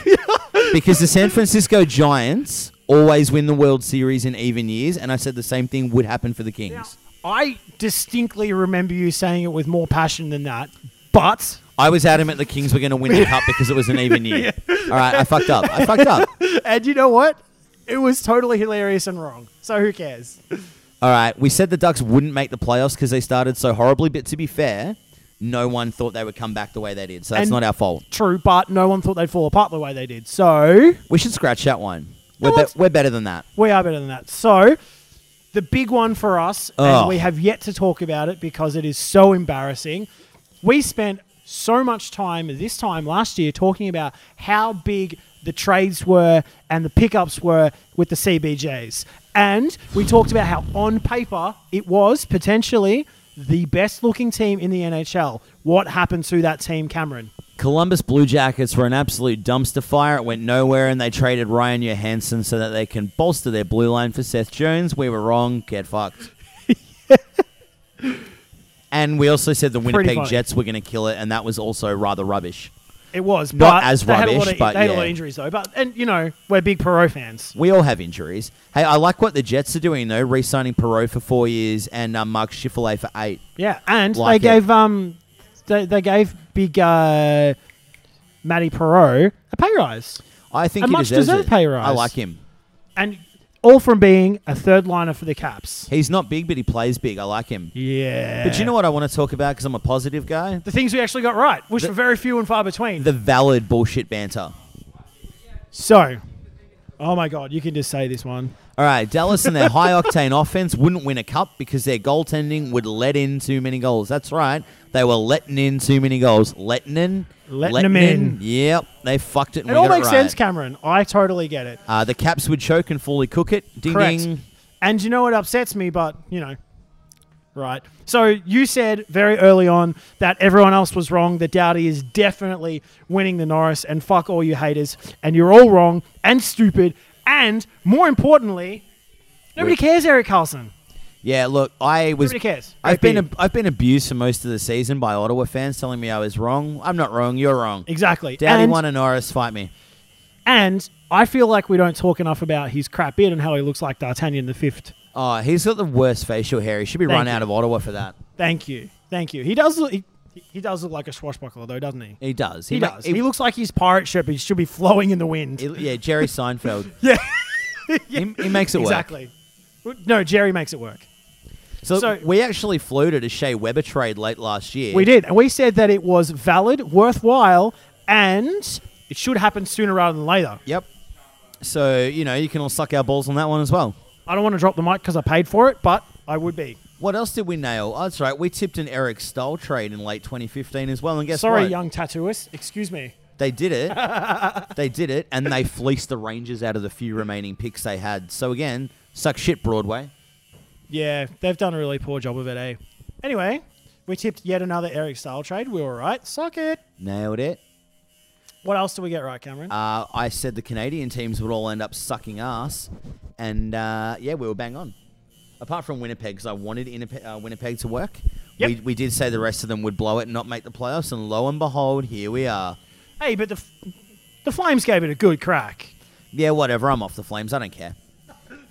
S3: because the San Francisco Giants always win the World Series in even years, and I said the same thing would happen for the Kings.
S1: I distinctly remember you saying it with more passion than that. But
S3: I was adamant the Kings were going to win the cup because it was an even year. All right, I fucked up. I fucked up.
S1: and you know what? It was totally hilarious and wrong. So who cares?
S3: All right, we said the Ducks wouldn't make the playoffs because they started so horribly, but to be fair, no one thought they would come back the way they did. So that's
S1: And-
S3: not our fault.
S1: True, but no one thought they'd fall apart the way they did. So
S3: We should scratch that one.
S1: No
S3: We're, be-
S1: one's-
S3: we're better than that.
S1: We are better than that. So, the big one for us, and
S3: Ugh.
S1: we have yet to talk about it because it is so embarrassing. We spent so much time this time last year talking about how big the trades were and the pickups were with the CBJs. And we talked about how, on paper, it was potentially the best looking team in the NHL. What happened to that team, Cameron?
S3: Columbus Blue Jackets were an absolute dumpster fire. It went nowhere, and they traded Ryan Johansson so that they can bolster their blue line for Seth Jones. We were wrong. Get fucked. and we also said the Winnipeg
S1: funny.
S3: Jets were going to kill it, and that was also rather rubbish.
S1: It was
S3: Not
S1: but
S3: as
S1: they Had a lot
S3: rubbish,
S1: of,
S3: but
S1: they had a
S3: yeah.
S1: lot of injuries though. But and you know we're big Perot fans.
S3: We all have injuries. Hey, I like what the Jets are doing though, re-signing Perot for four years and uh, Mark Schifferle for eight.
S1: Yeah, and
S3: Like
S1: they
S3: it.
S1: gave um, they, they gave big uh, Matty Perot a pay rise,
S3: I think
S1: A
S3: he
S1: much
S3: deserves
S1: deserved
S3: it.
S1: pay rise.
S3: I like him.
S1: and all from being a third liner for the Caps.
S3: He's not big, but he plays big. I like him.
S1: Yeah,
S3: But you know what I want to talk about because I'm a positive guy?
S1: the things we actually got right, which were very few and far between.
S3: The valid bullshit banter.
S1: so, oh my God, you can just say this one.
S3: All right, Dallas and their high octane offense wouldn't win a cup because their goaltending would let in too many goals. That's right. They were letting in too many goals. Letting in?
S1: Letting 'em in.
S3: Yep. They fucked it. And
S1: It
S3: we
S1: all
S3: got
S1: makes
S3: right.
S1: sense, Cameron. I totally get it.
S3: Uh, the Caps would choke and fully cook it. Ding
S1: Correct.
S3: ding.
S1: And you know what upsets me, but you know, right. So you said very early on that everyone else was wrong. That Dowdy is definitely winning the Norris, and fuck all you haters. And you're all wrong and stupid. And more importantly, nobody
S3: Wait.
S1: cares, Eric Carlson.
S3: Yeah, look, I was.
S1: Nobody cares.
S3: I've
S1: Great
S3: been
S1: beat.
S3: ab- I've been abused for most of the season by Ottawa fans telling me I was wrong. I'm not wrong. You're wrong.
S1: Exactly.
S3: Daddy
S1: and,
S3: won a Norris. Fight me.
S1: and I feel like we don't talk enough about his crap beard and how he looks like D'Artagnan the Fifth.
S3: Oh, he's got the worst facial hair. He should be
S1: Thank
S3: run
S1: you.
S3: out of Ottawa for that.
S1: Thank you, thank you. He does look. He, he does look like a swashbuckler, though, doesn't he?
S3: He does.
S1: He
S3: ma-
S1: does. He, looks like his pirate ship. He should be flowing in the wind.
S3: he- yeah, Jerry Seinfeld.
S1: Yeah.
S3: He, he makes it work.
S1: exactly. No, Jerry makes it work.
S3: So,
S1: So-
S3: we actually floated a Shea Weber trade late last year.
S1: We did. And we said that it was valid, worthwhile, and it should happen sooner rather than later.
S3: Yep. So you know you can all suck our balls on that one as well.
S1: I don't want to drop the mic because I paid for it, but I would be.
S3: What else did we nail? Oh, that's right. We tipped an Eric Stoll trade in late 2015 as well, and guess
S1: Sorry,
S3: what?
S1: young tattooist. Excuse me.
S3: They did it. they did it, and they fleeced the Rangers out of the few remaining picks they had. So again, suck shit, Broadway.
S1: Yeah, they've done a really poor job of it, eh? Anyway, we tipped yet another Eric Style trade. We were right. Suck it.
S3: Nailed it.
S1: What else do we get right, Cameron?
S3: Uh, I said the Canadian teams would all end up sucking ass, and uh, yeah, we were bang on. Apart from Winnipeg, because I wanted Innipe- uh, Winnipeg to work.
S1: Yep.
S3: We, we did say the rest of them would blow it and not make the playoffs, and lo and behold, here we are.
S1: hey, but the, f- the Flames gave it a good crack.
S3: Yeah, whatever. I'm off the Flames. I don't care.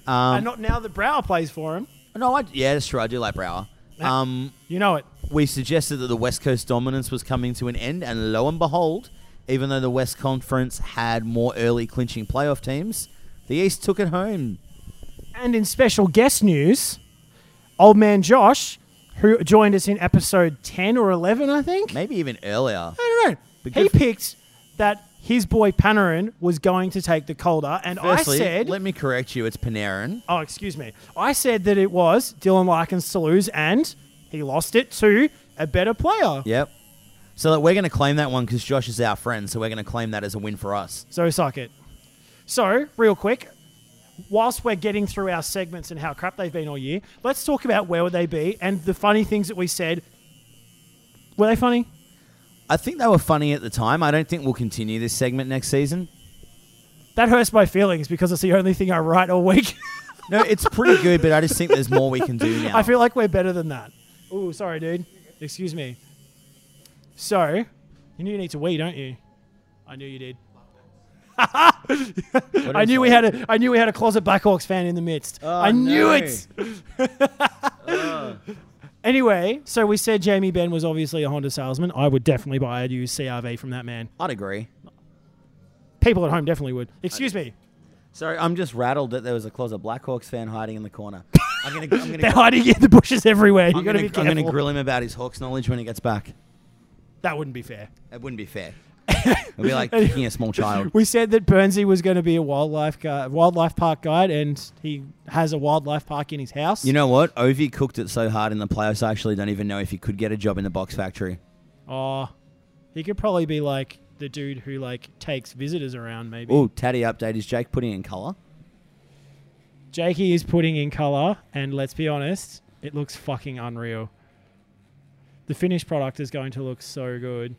S3: um,
S1: and not now that Brower plays for him.
S3: No, I yeah, that's true. I do like Brower.
S1: Yeah.
S3: Um,
S1: You know it.
S3: we suggested that the West Coast dominance was coming to an end, and lo and behold, even though the West Conference had more early clinching playoff teams, the East took it home.
S1: And in special guest news, old man Josh, who joined us in episode 10 or 11, I think.
S3: Maybe even earlier.
S1: I don't know.
S3: But
S1: he
S3: good for-
S1: picked that his boy Panarin was going to take the colder, and
S3: Firstly,
S1: I said,
S3: let me correct you. It's Panarin.
S1: "Oh, excuse me." I said that it was Dylan Larkins to lose, and he lost it to a better player.
S3: Yep. So like, we're going to claim that one because Josh is our friend, so we're going to claim that as a win for us.
S1: So suck it. So real quick, whilst we're getting through our segments and how crap they've been all year, let's talk about where would they be and the funny things that we said. Were they funny?
S3: I think they were funny at the time. I don't think we'll continue this segment next season.
S1: That hurts my feelings because it's the only thing I write all week.
S3: No, it's pretty good, but I just think there's more we can do now.
S1: I feel like we're better than that. Ooh, sorry, dude. Excuse me. So, you knew you need to wee, don't you? I knew you did. I knew we had a I knew we had a closet Blackhawks fan in the midst. I knew
S3: Oh, no.
S1: it. Anyway, so we said Jamie Ben was obviously a Honda salesman. I would definitely buy a used CRV from that man.
S3: I'd agree.
S1: People at home definitely would. Excuse me.
S3: Sorry, I'm just rattled that there was a closet Blackhawks fan hiding in the corner. I'm gonna, I'm gonna,
S1: They're hiding in the bushes everywhere. You
S3: I'm
S1: got
S3: gonna,
S1: to be
S3: I'm
S1: careful.
S3: gonna grill him about his Hawks knowledge when he gets back.
S1: that wouldn't be fair.
S3: It wouldn't be fair. It'd be like kicking a small child.
S1: We said that Bernsey was going to be a wildlife guy, wildlife park guide, and he has a wildlife park in his house.
S3: You know what? Ovi cooked it so hard in the playoffs. I actually don't even know if he could get a job in the box factory.
S1: oh, he could probably be like the dude who like takes visitors around. Maybe
S3: Oh, Taddy update is Jake putting in color.
S1: Jakey is putting in color, and let's be honest, it looks fucking unreal. The finished product is going to look so good.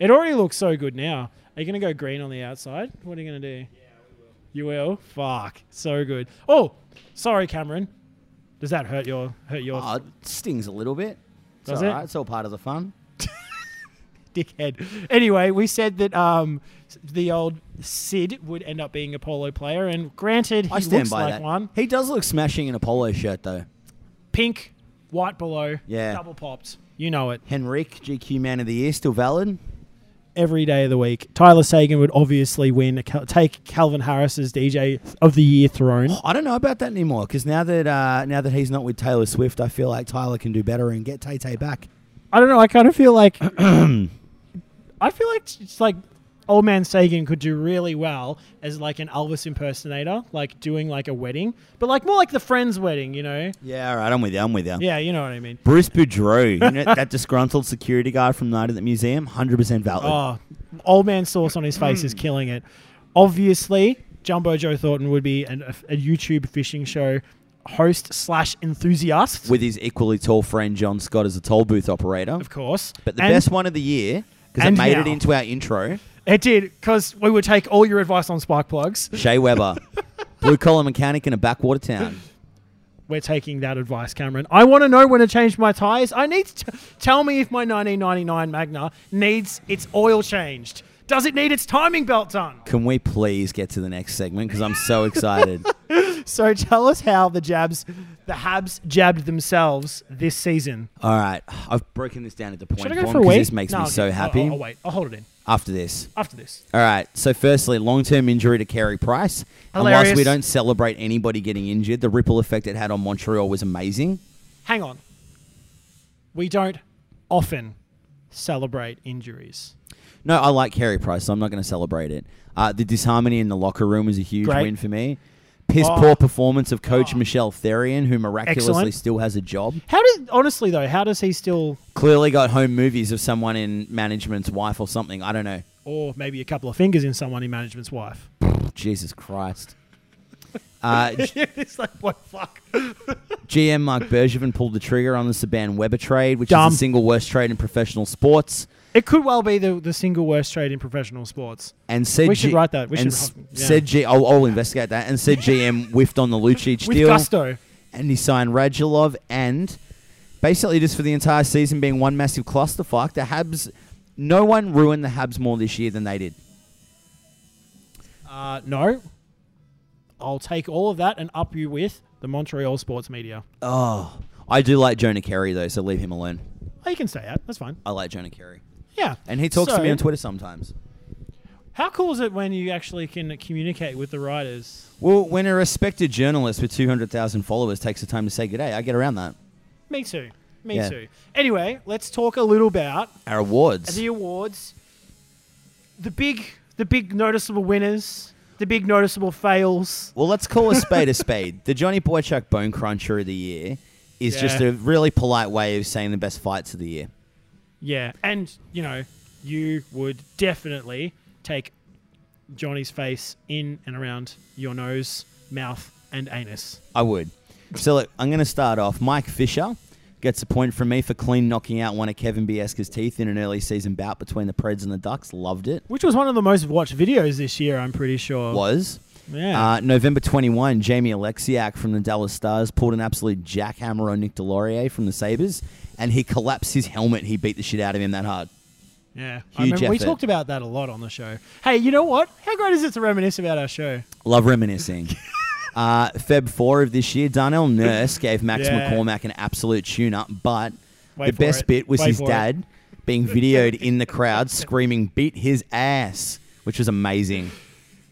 S1: It already looks so good now. Are you going to go green on the outside? What are you going to do? You will. Fuck, so good. Oh, sorry, Cameron. Does that hurt your hurt your
S3: Oh, it stings a little bit. It's
S1: Does
S3: all
S1: it?
S3: right. It's all part of the fun.
S1: dickhead. Anyway, we said that um, the old Sid would end up being a polo player, and granted, he
S3: I stand
S1: looks
S3: by
S1: like
S3: that.
S1: one.
S3: He does look smashing in a polo shirt though.
S1: Pink, white below,
S3: Yeah.
S1: double popped. You know it.
S3: Henrique, GQ Man of the Year, still valid.
S1: Every day of the week. Tyler Sagan would obviously win, Cal- take Calvin Harris's DJ of the Year throne.
S3: I don't know about that anymore because now that uh, now that he's not with Taylor Swift, I feel like Tyler can do better and get Tay Tay back.
S1: I don't know. I kind of feel like. I feel like it's like. Old man Sagan could do really well as like an Elvis impersonator, like doing like a wedding, but like more like the Friends wedding, you know?
S3: Yeah, all right, I'm with you. I'm with you.
S1: Yeah, you know what I mean.
S3: Bruce Boudreau, you know, that disgruntled security guard from Night at the Museum, 100% valid.
S1: Oh, old man sauce on his face is killing it. Obviously, Jumbo Joe Thornton would be an, a, a YouTube fishing show host slash enthusiast,
S3: With his equally tall friend John Scott as a toll booth operator.
S1: of course.
S3: But the
S1: And
S3: best one of the year, because it
S1: and
S3: made it
S1: now.
S3: into our intro,
S1: it did because we would take all your advice on spark plugs.
S3: Shea Weber, blue collar mechanic in a backwater town.
S1: We're taking that advice, Cameron. I want to know when to change my tires. I need to tell me if my 1999 Magna needs its oil changed. Does it need its timing belt done?
S3: Can we please get to the next segment? Because I'm so excited.
S1: So tell us how the jabs, the Habs jabbed themselves this season.
S3: All right, I've broken this down into point
S1: Should I
S3: form
S1: go for a
S3: 'cause
S1: wee?
S3: this makes
S1: No,
S3: me
S1: okay.
S3: so
S1: I'll-
S3: happy.
S1: I'll, I'll wait. I'll hold it in
S3: After this.
S1: after this.
S3: All right. So, firstly, long-term injury to Carey Price. And whilst
S1: Hilarious.
S3: we don't celebrate anybody getting injured, the ripple effect it had on Montreal was amazing.
S1: hang on. We don't often celebrate injuries.
S3: No, I like Carey Price, so I'm not going to celebrate it. Uh, the disharmony in the locker room was a huge
S1: Great.
S3: win for me. Piss
S1: Oh.
S3: poor performance of coach Michelle Therian, who miraculously
S1: Excellent.
S3: still has a job.
S1: How does honestly though? How does he still,
S3: Clearly got home movies of someone in management's wife or something. I don't know.
S1: or maybe a couple of fingers in someone in management's wife?
S3: Jesus Christ. Uh, G-
S1: it's like what the fuck?
S3: GM Mark Bergevin pulled the trigger on the Saban Weber trade, which
S1: Dumb.
S3: is the single worst trade in professional sports.
S1: It could well be the, the single worst trade in professional sports.
S3: And said
S1: We should
S3: G-
S1: write that. We
S3: and
S1: should-
S3: s-
S1: yeah.
S3: said G. I'll, I'll investigate that. And said GM whiffed on the Lucic
S1: With
S3: deal.
S1: gusto.
S3: and he signed Radulov and basically just for the entire season being one massive clusterfuck. The Habs, no one ruined the Habs more this year than they did.
S1: Uh, no. I'll take all of that and up you with the Montreal sports media.
S3: Oh, I do like Jonah Carey though, so leave him alone.
S1: Oh, you can say that. That's fine.
S3: I like Jonah Carey,
S1: Yeah.
S3: and he talks
S1: So,
S3: to me on Twitter sometimes.
S1: How cool is it when you actually can communicate with the writers?
S3: Well, when a respected journalist with two hundred thousand followers takes the time to say good day, I get around that.
S1: Me too. Me
S3: Yeah.
S1: too. Anyway, let's talk a little about
S3: Our awards.
S1: the awards. The big, the big noticeable winners. The big noticeable fails.
S3: Well, let's call a spade a spade. The Johnny Boychuk Bone Cruncher of the year is just
S1: Yeah.
S3: a really polite way of saying the best fights of the year.
S1: Yeah, and you know, you would definitely take Johnny's face in and around your nose, mouth, and anus.
S3: I would. So look, I'm going to start off. Mike Fisher gets a point from me for clean knocking out one of Kevin Bieska's teeth in an early season bout between the Preds and the Ducks. Loved it.
S1: Which was one of the most watched videos this year, I'm pretty sure.
S3: Was.
S1: Yeah.
S3: Uh, November 21, Jamie Alexiak from the Dallas Stars pulled an absolute jackhammer on Nick Delorier from the Sabres, and he collapsed his helmet. He beat the shit out of him that hard.
S1: Yeah.
S3: Huge
S1: I remember we
S3: effort.
S1: talked about that a lot on the show. Hey, you know what? How great is it to reminisce about our show?
S3: Love reminiscing. uh, Feb 4 of this year, Darnell Nurse gave Max
S1: Yeah.
S3: McCormack an absolute tune up, but
S1: Wait
S3: the
S1: for
S3: best
S1: it.
S3: bit was
S1: Wait
S3: his
S1: for it.
S3: dad being videoed in the crowd screaming, beat his ass, which was amazing.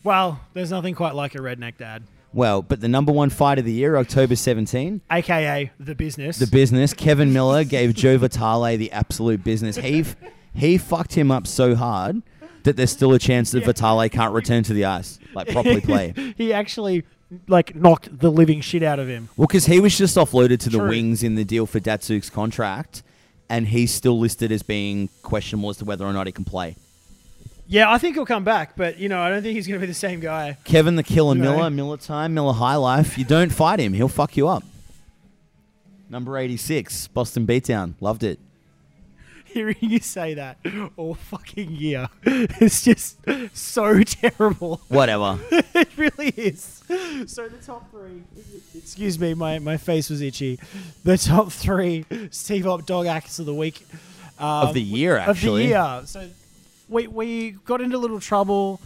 S1: Well, there's nothing quite like a redneck dad,
S3: Well, but the number one fight of the year, October 17,
S1: aka the business.
S3: the business, Kevin Miller gave Joe Vitale the absolute business. He, f- he fucked him up so hard that there's still a chance that Vitale can't return to the ice, like properly play.
S1: he actually like knocked the living shit out of him.
S3: Well, because he was just offloaded to the
S1: True.
S3: wings in the deal for Datsuk's contract, and he's still listed as being questionable as to whether or not he can play.
S1: Yeah, I think he'll come back, but you know, I don't think he's going to be the same guy.
S3: Kevin the Killer
S1: No.
S3: Miller, Miller time, Miller High Life. You don't fight him; he'll fuck you up. Number eighty-six, Boston Beatdown. Loved it.
S1: Hearing you say that all fucking year, it's just so terrible.
S3: Whatever.
S1: it really is. So the top three. Excuse me, my, my face was itchy. The top three Steve Op dog acts of the week. Um,
S3: Of the year,
S1: Of
S3: actually.
S1: the year. So we, we got into a little trouble,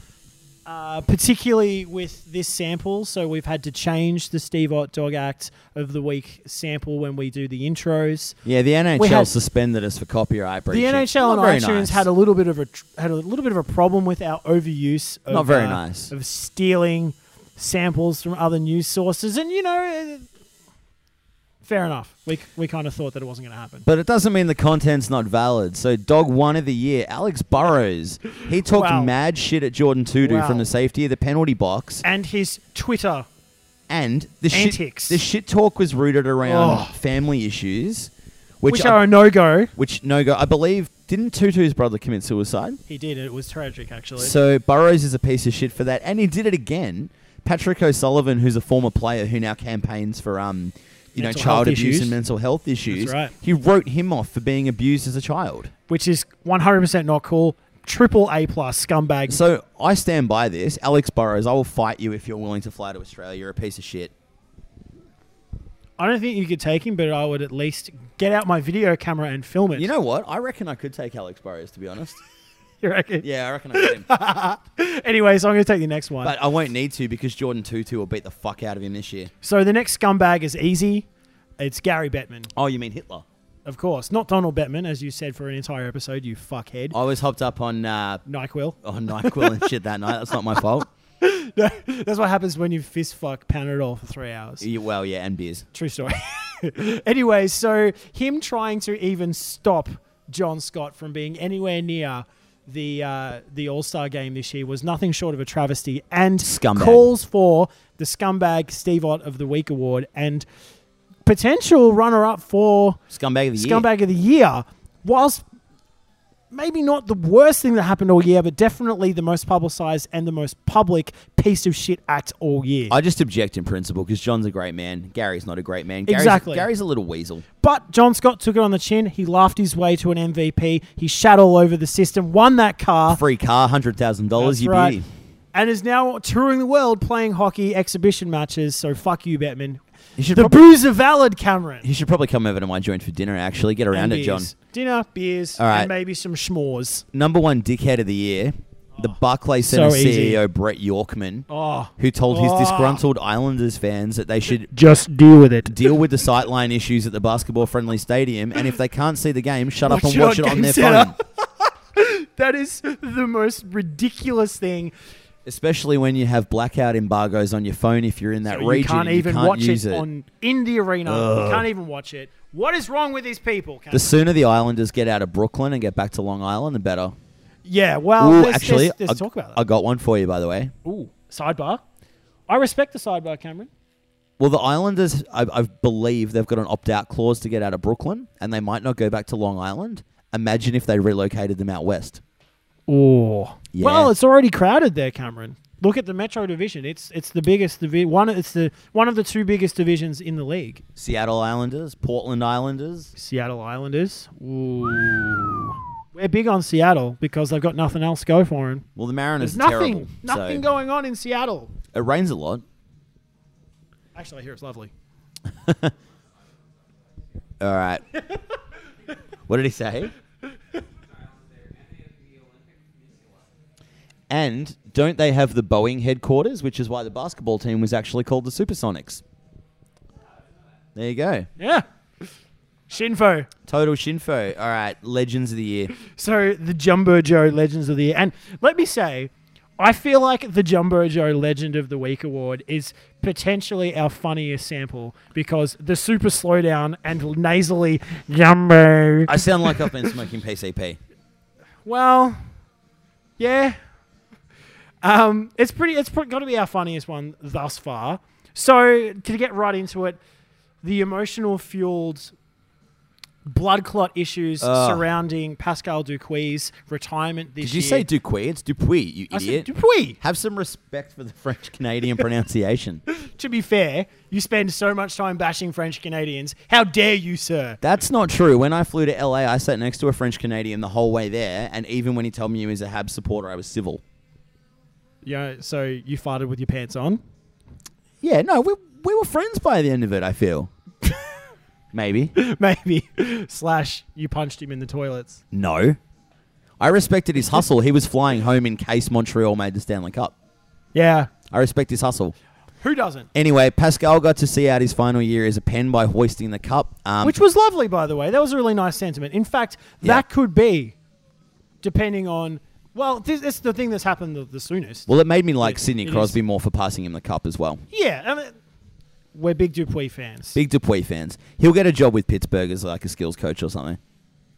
S1: uh, particularly with this sample. So we've had to change the Steve Ott dog act of the week sample when we do the intros.
S3: yeah, the NHL
S1: had-
S3: suspended us for copyright breach.
S1: The NHL and iTunes had a little bit of a tr- had a little bit of a problem with our overuse. Of,
S3: Not very
S1: uh,
S3: nice.
S1: of stealing samples from other news sources, and you know, uh, fair enough. We we kind of thought that it wasn't going to happen.
S3: But it doesn't mean the content's not valid. So, dog one of the year, Alex Burrows. He talked
S1: Wow.
S3: mad shit at Jordan Tudu
S1: Wow.
S3: from the safety of the penalty box.
S1: And his Twitter,
S3: and the
S1: Antics.
S3: shit the shit talk was rooted around
S1: Oh.
S3: family issues, which
S1: which, are
S3: I-
S1: a no go,
S3: which no go. I believe didn't Tutu's brother commit suicide?
S1: he did, and it was tragic actually.
S3: So Burrows is a piece of shit for that, and he did it again. Patrick O'Sullivan, who's a former player who now campaigns for um, you
S1: Mental
S3: know, child
S1: health
S3: abuse
S1: issues.
S3: and mental health issues.
S1: right.
S3: He wrote him off for being abused as a child.
S1: which is one hundred percent not cool. Triple A plus scumbag.
S3: So I stand by this, Alex Burrows. I will fight you if you're willing to fly to Australia. You're a piece of shit.
S1: I don't think you could take him, but I would at least get out my video camera and film it.
S3: You know what? I reckon I could take Alex Burrows. To be honest,
S1: you reckon?
S3: yeah, I reckon I could. him.
S1: Anyway, so I'm going to take the next one.
S3: But I won't need to because Jordan Tutu will beat the fuck out of him this year.
S1: So the next scumbag is easy. It's Gary Bettman,
S3: Oh, you mean Hitler?
S1: of course. Not Donald Bettman, as you said for an entire episode, you fuckhead.
S3: I was hopped up on uh,
S1: NyQuil.
S3: on Nyquil and shit that night. That's not my fault.
S1: That's what happens when you fist fuck Panadol for three hours.
S3: E- Yeah, well, yeah, and beers.
S1: True story. anyway, so him trying to even stop John Scott from being anywhere near the uh, the All Star game this year was nothing short of a travesty and
S3: Scumbag.
S1: calls for the scumbag Steve Ott of the Week award and potential runner up for
S3: Scumbag of the year.
S1: scumbag of the year, whilst maybe not the worst thing that happened all year, but definitely the most publicized and the most public piece of shit act all year.
S3: I just object in principle because John's a great man. Gary's not a great man. Gary's,
S1: Exactly.
S3: Gary's a little weasel.
S1: but John Scott took it on the chin. He laughed his way to an MVP. He shat all over the system, won that car.
S3: Free car, hundred thousand dollars.
S1: Uh, That's
S3: You
S1: right.
S3: beauty.
S1: And is now touring the world playing hockey exhibition matches. So fuck you, Batman.
S3: You should
S1: The
S3: probably,
S1: booze are valid, Cameron.
S3: you should probably come over to my joint for dinner. Actually, get around
S1: And
S3: it, John.
S1: beers. Dinner, beers,
S3: All right.
S1: and maybe some schmores.
S3: Number one dickhead of the year, the Barclay Center
S1: so easy.
S3: CEO E Brett Yorkman,
S1: Oh,
S3: who told his
S1: Oh.
S3: disgruntled Islanders fans that they should
S1: just deal with it.
S3: deal with the sightline issues at the basketball-friendly stadium, and if they can't see the game, shut up
S1: Watch
S3: and
S1: it
S3: watch
S1: on
S3: it on
S1: Game
S3: their
S1: Center.
S3: phone.
S1: That is the most ridiculous thing.
S3: Especially when you have blackout embargoes on your phone if you're in that
S1: you
S3: region,
S1: can't even
S3: you can't
S1: watch
S3: use
S1: it, on in the arena. You can't even watch it. What is wrong with these people? Cam?
S3: The sooner the Islanders get out of Brooklyn and get back to Long Island, the better.
S1: yeah, well,
S3: Ooh,
S1: let's,
S3: actually,
S1: let's, let's
S3: I,
S1: talk about
S3: I
S1: that.
S3: got one for you, by the way.
S1: Ooh, sidebar. I respect the sidebar, Cameron.
S3: Well, the Islanders, I, I believe they've got an opt out clause to get out of Brooklyn, and they might not go back to Long Island. Imagine if they relocated them out west.
S1: Ooh.
S3: Yeah.
S1: Well, it's already crowded there, Cameron. Look at the Metro Division. It's it's the biggest divi- one. It's the one of the two biggest divisions in the league.
S3: Seattle Islanders, Portland Islanders.
S1: Seattle Islanders. Ooh. We're big on Seattle because they've got nothing else to go for them.
S3: Well, the Mariners
S1: There's
S3: are
S1: nothing,
S3: terrible.
S1: nothing
S3: so
S1: going on in Seattle.
S3: it rains a lot.
S1: Actually, I hear it's lovely.
S3: All right. what did he say? And don't they have the Boeing headquarters, which is why the basketball team was actually called the Supersonics? There you go.
S1: Yeah. Shinfo.
S3: Total Shinfo. All right, Legends of the Year.
S1: So the Jumbo Joe Legends of the Year, and let me say, I feel like the Jumbo Joe Legend of the Week award is potentially our funniest sample because the super slowdown and nasally Jumbo.
S3: I sound like I've been smoking PCP.
S1: Well, yeah. Um, it's pretty. It's got to be our funniest one thus far. So to get right into it, the emotional fueled blood clot issues
S3: Ugh.
S1: surrounding Pascal Dupuis' retirement this
S3: Ah. Did you
S1: year.
S3: say Dupuy? It's Dupuy, you
S1: I
S3: idiot.
S1: said Dupuis.
S3: Have some respect for the French Canadian pronunciation.
S1: To be fair, you spend so much time bashing French Canadians. How dare you, sir?
S3: That's not true. When I flew to LA, I sat next to a French Canadian the whole way there, and even when he told me he was a Habs supporter, I was civil.
S1: Yeah. So you farted with your pants on.
S3: Yeah, no, we we were friends by the end of it. I feel. Maybe.
S1: Maybe. Slash, you punched him in the toilets.
S3: No. I respected his hustle. He was flying home in case Montreal made the Stanley Cup.
S1: Yeah.
S3: I respect his hustle.
S1: Who doesn't?
S3: Anyway, Pascal got to see out his final year as a pen by hoisting the cup. Um,
S1: Which was lovely, by the way. That was a really nice sentiment. In fact,
S3: Yeah.
S1: that could be, depending on. Well, this, it's the thing that's happened the, the soonest.
S3: well, it made me like Sidney
S1: it is-
S3: Crosby more for passing him the cup as well.
S1: yeah, I mean, we're big Dupuis fans.
S3: Big Dupuy fans. He'll get a job with Pittsburgh as like a skills coach or something.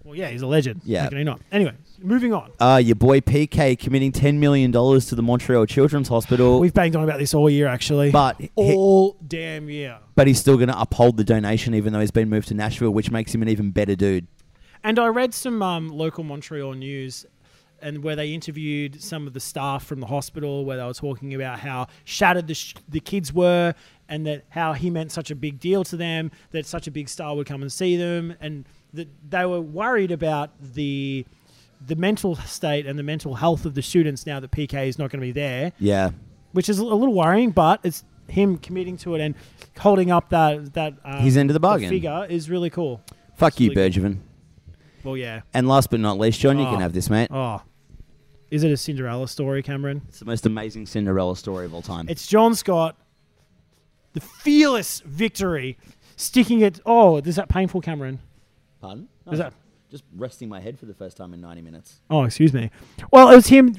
S1: Well, yeah, he's a legend.
S3: Yeah.
S1: How can he not? Anyway, moving on.
S3: Uh, your boy PK committing ten million dollars to the Montreal Children's Hospital,
S1: We've banged on about this all year, actually.
S3: But he-
S1: all damn year.
S3: but he's still going to uphold the donation even though he's been moved to Nashville, which makes him an even better dude.
S1: And I read some um, local Montreal news, and where they interviewed some of the staff from the hospital, where they were talking about how shattered the, sh- the kids were, and that how he meant such a big deal to them, that such a big star would come and see them, and that they were worried about the the mental state and the mental health of the students now that PK is not going to be there
S3: Yeah,
S1: which is a little worrying, but it's him committing to it and holding up that that um,
S3: He's into the bargain.
S1: figure is really cool.
S3: fuck
S1: It's
S3: you,
S1: really good.
S3: Bergevin.
S1: Well, yeah.
S3: And last but not least, John, you
S1: Oh.
S3: can have this, mate.
S1: Oh, is it a Cinderella story, Cameron?
S3: It's the most amazing Cinderella story of all time.
S1: It's John Scott, the fearless victory, sticking it. Oh, is that painful, Cameron?
S3: Pardon?
S1: Is that?
S3: Just resting my head for the first time in ninety minutes.
S1: Oh, excuse me. Well, it was him,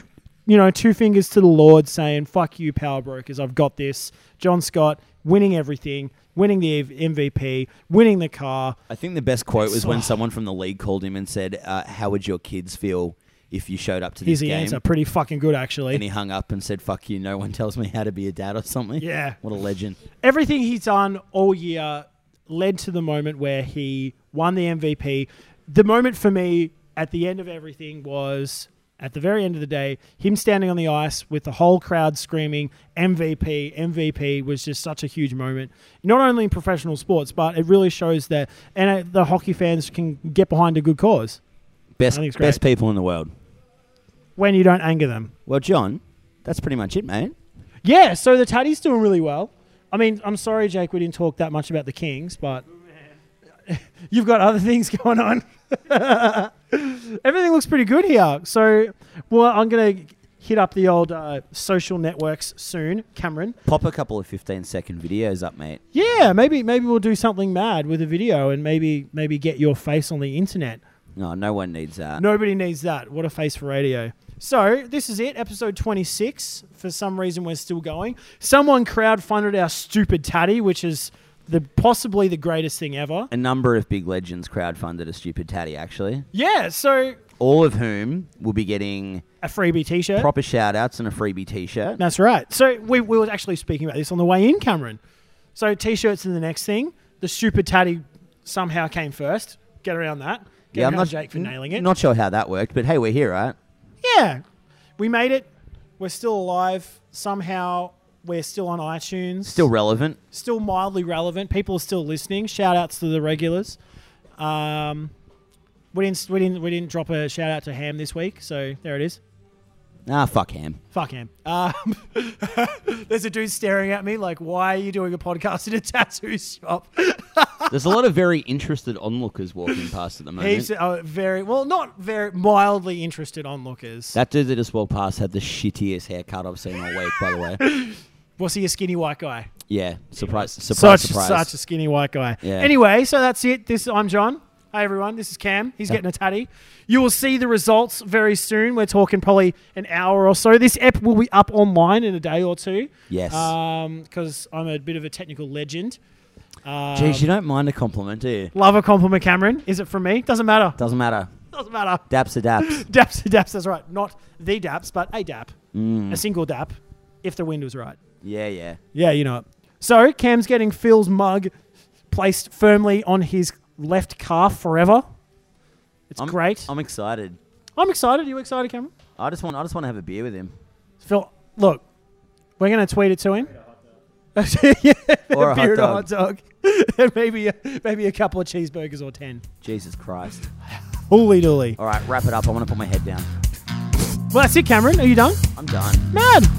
S1: you know, two fingers to the Lord saying, fuck you, power brokers, I've got this. John Scott winning everything, winning the MVP, winning the car.
S3: I think the best quote was when someone from the league called him and said, uh, "How would your kids feel if you showed up to
S1: Here's
S3: this
S1: the
S3: game?"
S1: answer. Pretty fucking good, actually.
S3: And he hung up and said, "Fuck you! No one tells me how to be a dad or something."
S1: Yeah.
S3: what a legend.
S1: everything he's done all year led to the moment where he won the MVP. The moment for me at the end of everything was at the very end of the day, him standing on the ice with the whole crowd screaming MVP, MVP was just such a huge moment, not only in professional sports, but it really shows that, and uh, the hockey fans can get behind a good cause
S3: Best
S1: I think it's
S3: best people in the world.
S1: when you don't anger them.
S3: Well, John, that's pretty much it, mate.
S1: Yeah, so the Taddy's doing really well. I mean, I'm sorry, Jake, we didn't talk that much about the Kings, but you've got other things going on. Everything looks pretty good here. So, well, I'm going to hit up the old uh, social networks soon, Cameron.
S3: Pop a couple of 15 second videos up, mate.
S1: Yeah, maybe maybe we'll do something mad with a video and maybe maybe get your face on the internet.
S3: No, no one needs that.
S1: Nobody needs that. What a face for radio. So this is it, episode 26. For some reason, we're still going. Someone crowdfunded our stupid tatty, which is the possibly the greatest thing ever.
S3: A number of big legends crowdfunded a stupid tatty, actually.
S1: Yeah. So
S3: All of whom will be getting
S1: a freebie T-shirt.
S3: proper shout outs and a freebie t shirt.
S1: That's right. So we, we were actually speaking about this on the way in, Cameron. So t-shirts are the next thing. The stupid tatty somehow came first. Get around that. Get around Jake for nailing it.
S3: Not sure how that worked, but hey, we're here, right?
S1: Yeah. We made it. We're still alive. Somehow we're still on iTunes.
S3: Still relevant.
S1: still mildly relevant. People are still listening. Shout outs to the regulars. Um, we didn't we didn't we didn't drop a shout out to Ham this week, so there it is.
S3: Ah, fuck him.
S1: Fuck Ham. Um, there's a dude staring at me like, why are you doing a podcast in a tattoo shop?
S3: There's a lot of very interested onlookers walking past at the moment.
S1: He's uh, very well, not very mildly interested onlookers.
S3: that dude that just walked past had the shittiest haircut I've seen all week, by the way.
S1: Was he a skinny white guy?
S3: Yeah, surprise, surprise,
S1: such
S3: surprise.
S1: such a skinny white guy.
S3: Yeah.
S1: Anyway, so that's it. This I'm John. Hey everyone, this is Cam. He's getting a tatty. You will see the results very soon. We're talking probably an hour or so. This app will be up online in a day or two.
S3: Yes.
S1: Um, Because I'm a bit of a technical legend. Um,
S3: Jeez, you don't mind a compliment, do you?
S1: love a compliment, Cameron. Is it from me? Doesn't matter.
S3: Doesn't matter.
S1: Doesn't matter.
S3: Daps are daps.
S1: Daps, daps. That's right. Not the daps, but a dap.
S3: Mm.
S1: A single dap, if the wind was right.
S3: yeah, yeah.
S1: Yeah, you know it. So Cam's getting Phil's mug placed firmly on his left calf forever. It's
S3: I'm,
S1: great. I'm,
S3: I'm excited.
S1: excited. Are you excited, Cameron?
S3: I just want. I just want to have a beer with him.
S1: Phil, look, we're gonna tweet it to him.
S3: Or a hot
S1: Beer and a hot
S3: dog.
S1: dog. and maybe a, maybe a couple of cheeseburgers or ten.
S3: Jesus Christ.
S1: Holy dooly.
S3: All right, wrap it up. I want to put my head down.
S1: Well, that's it, Cameron. Are you done?
S3: I'm done.
S1: Man.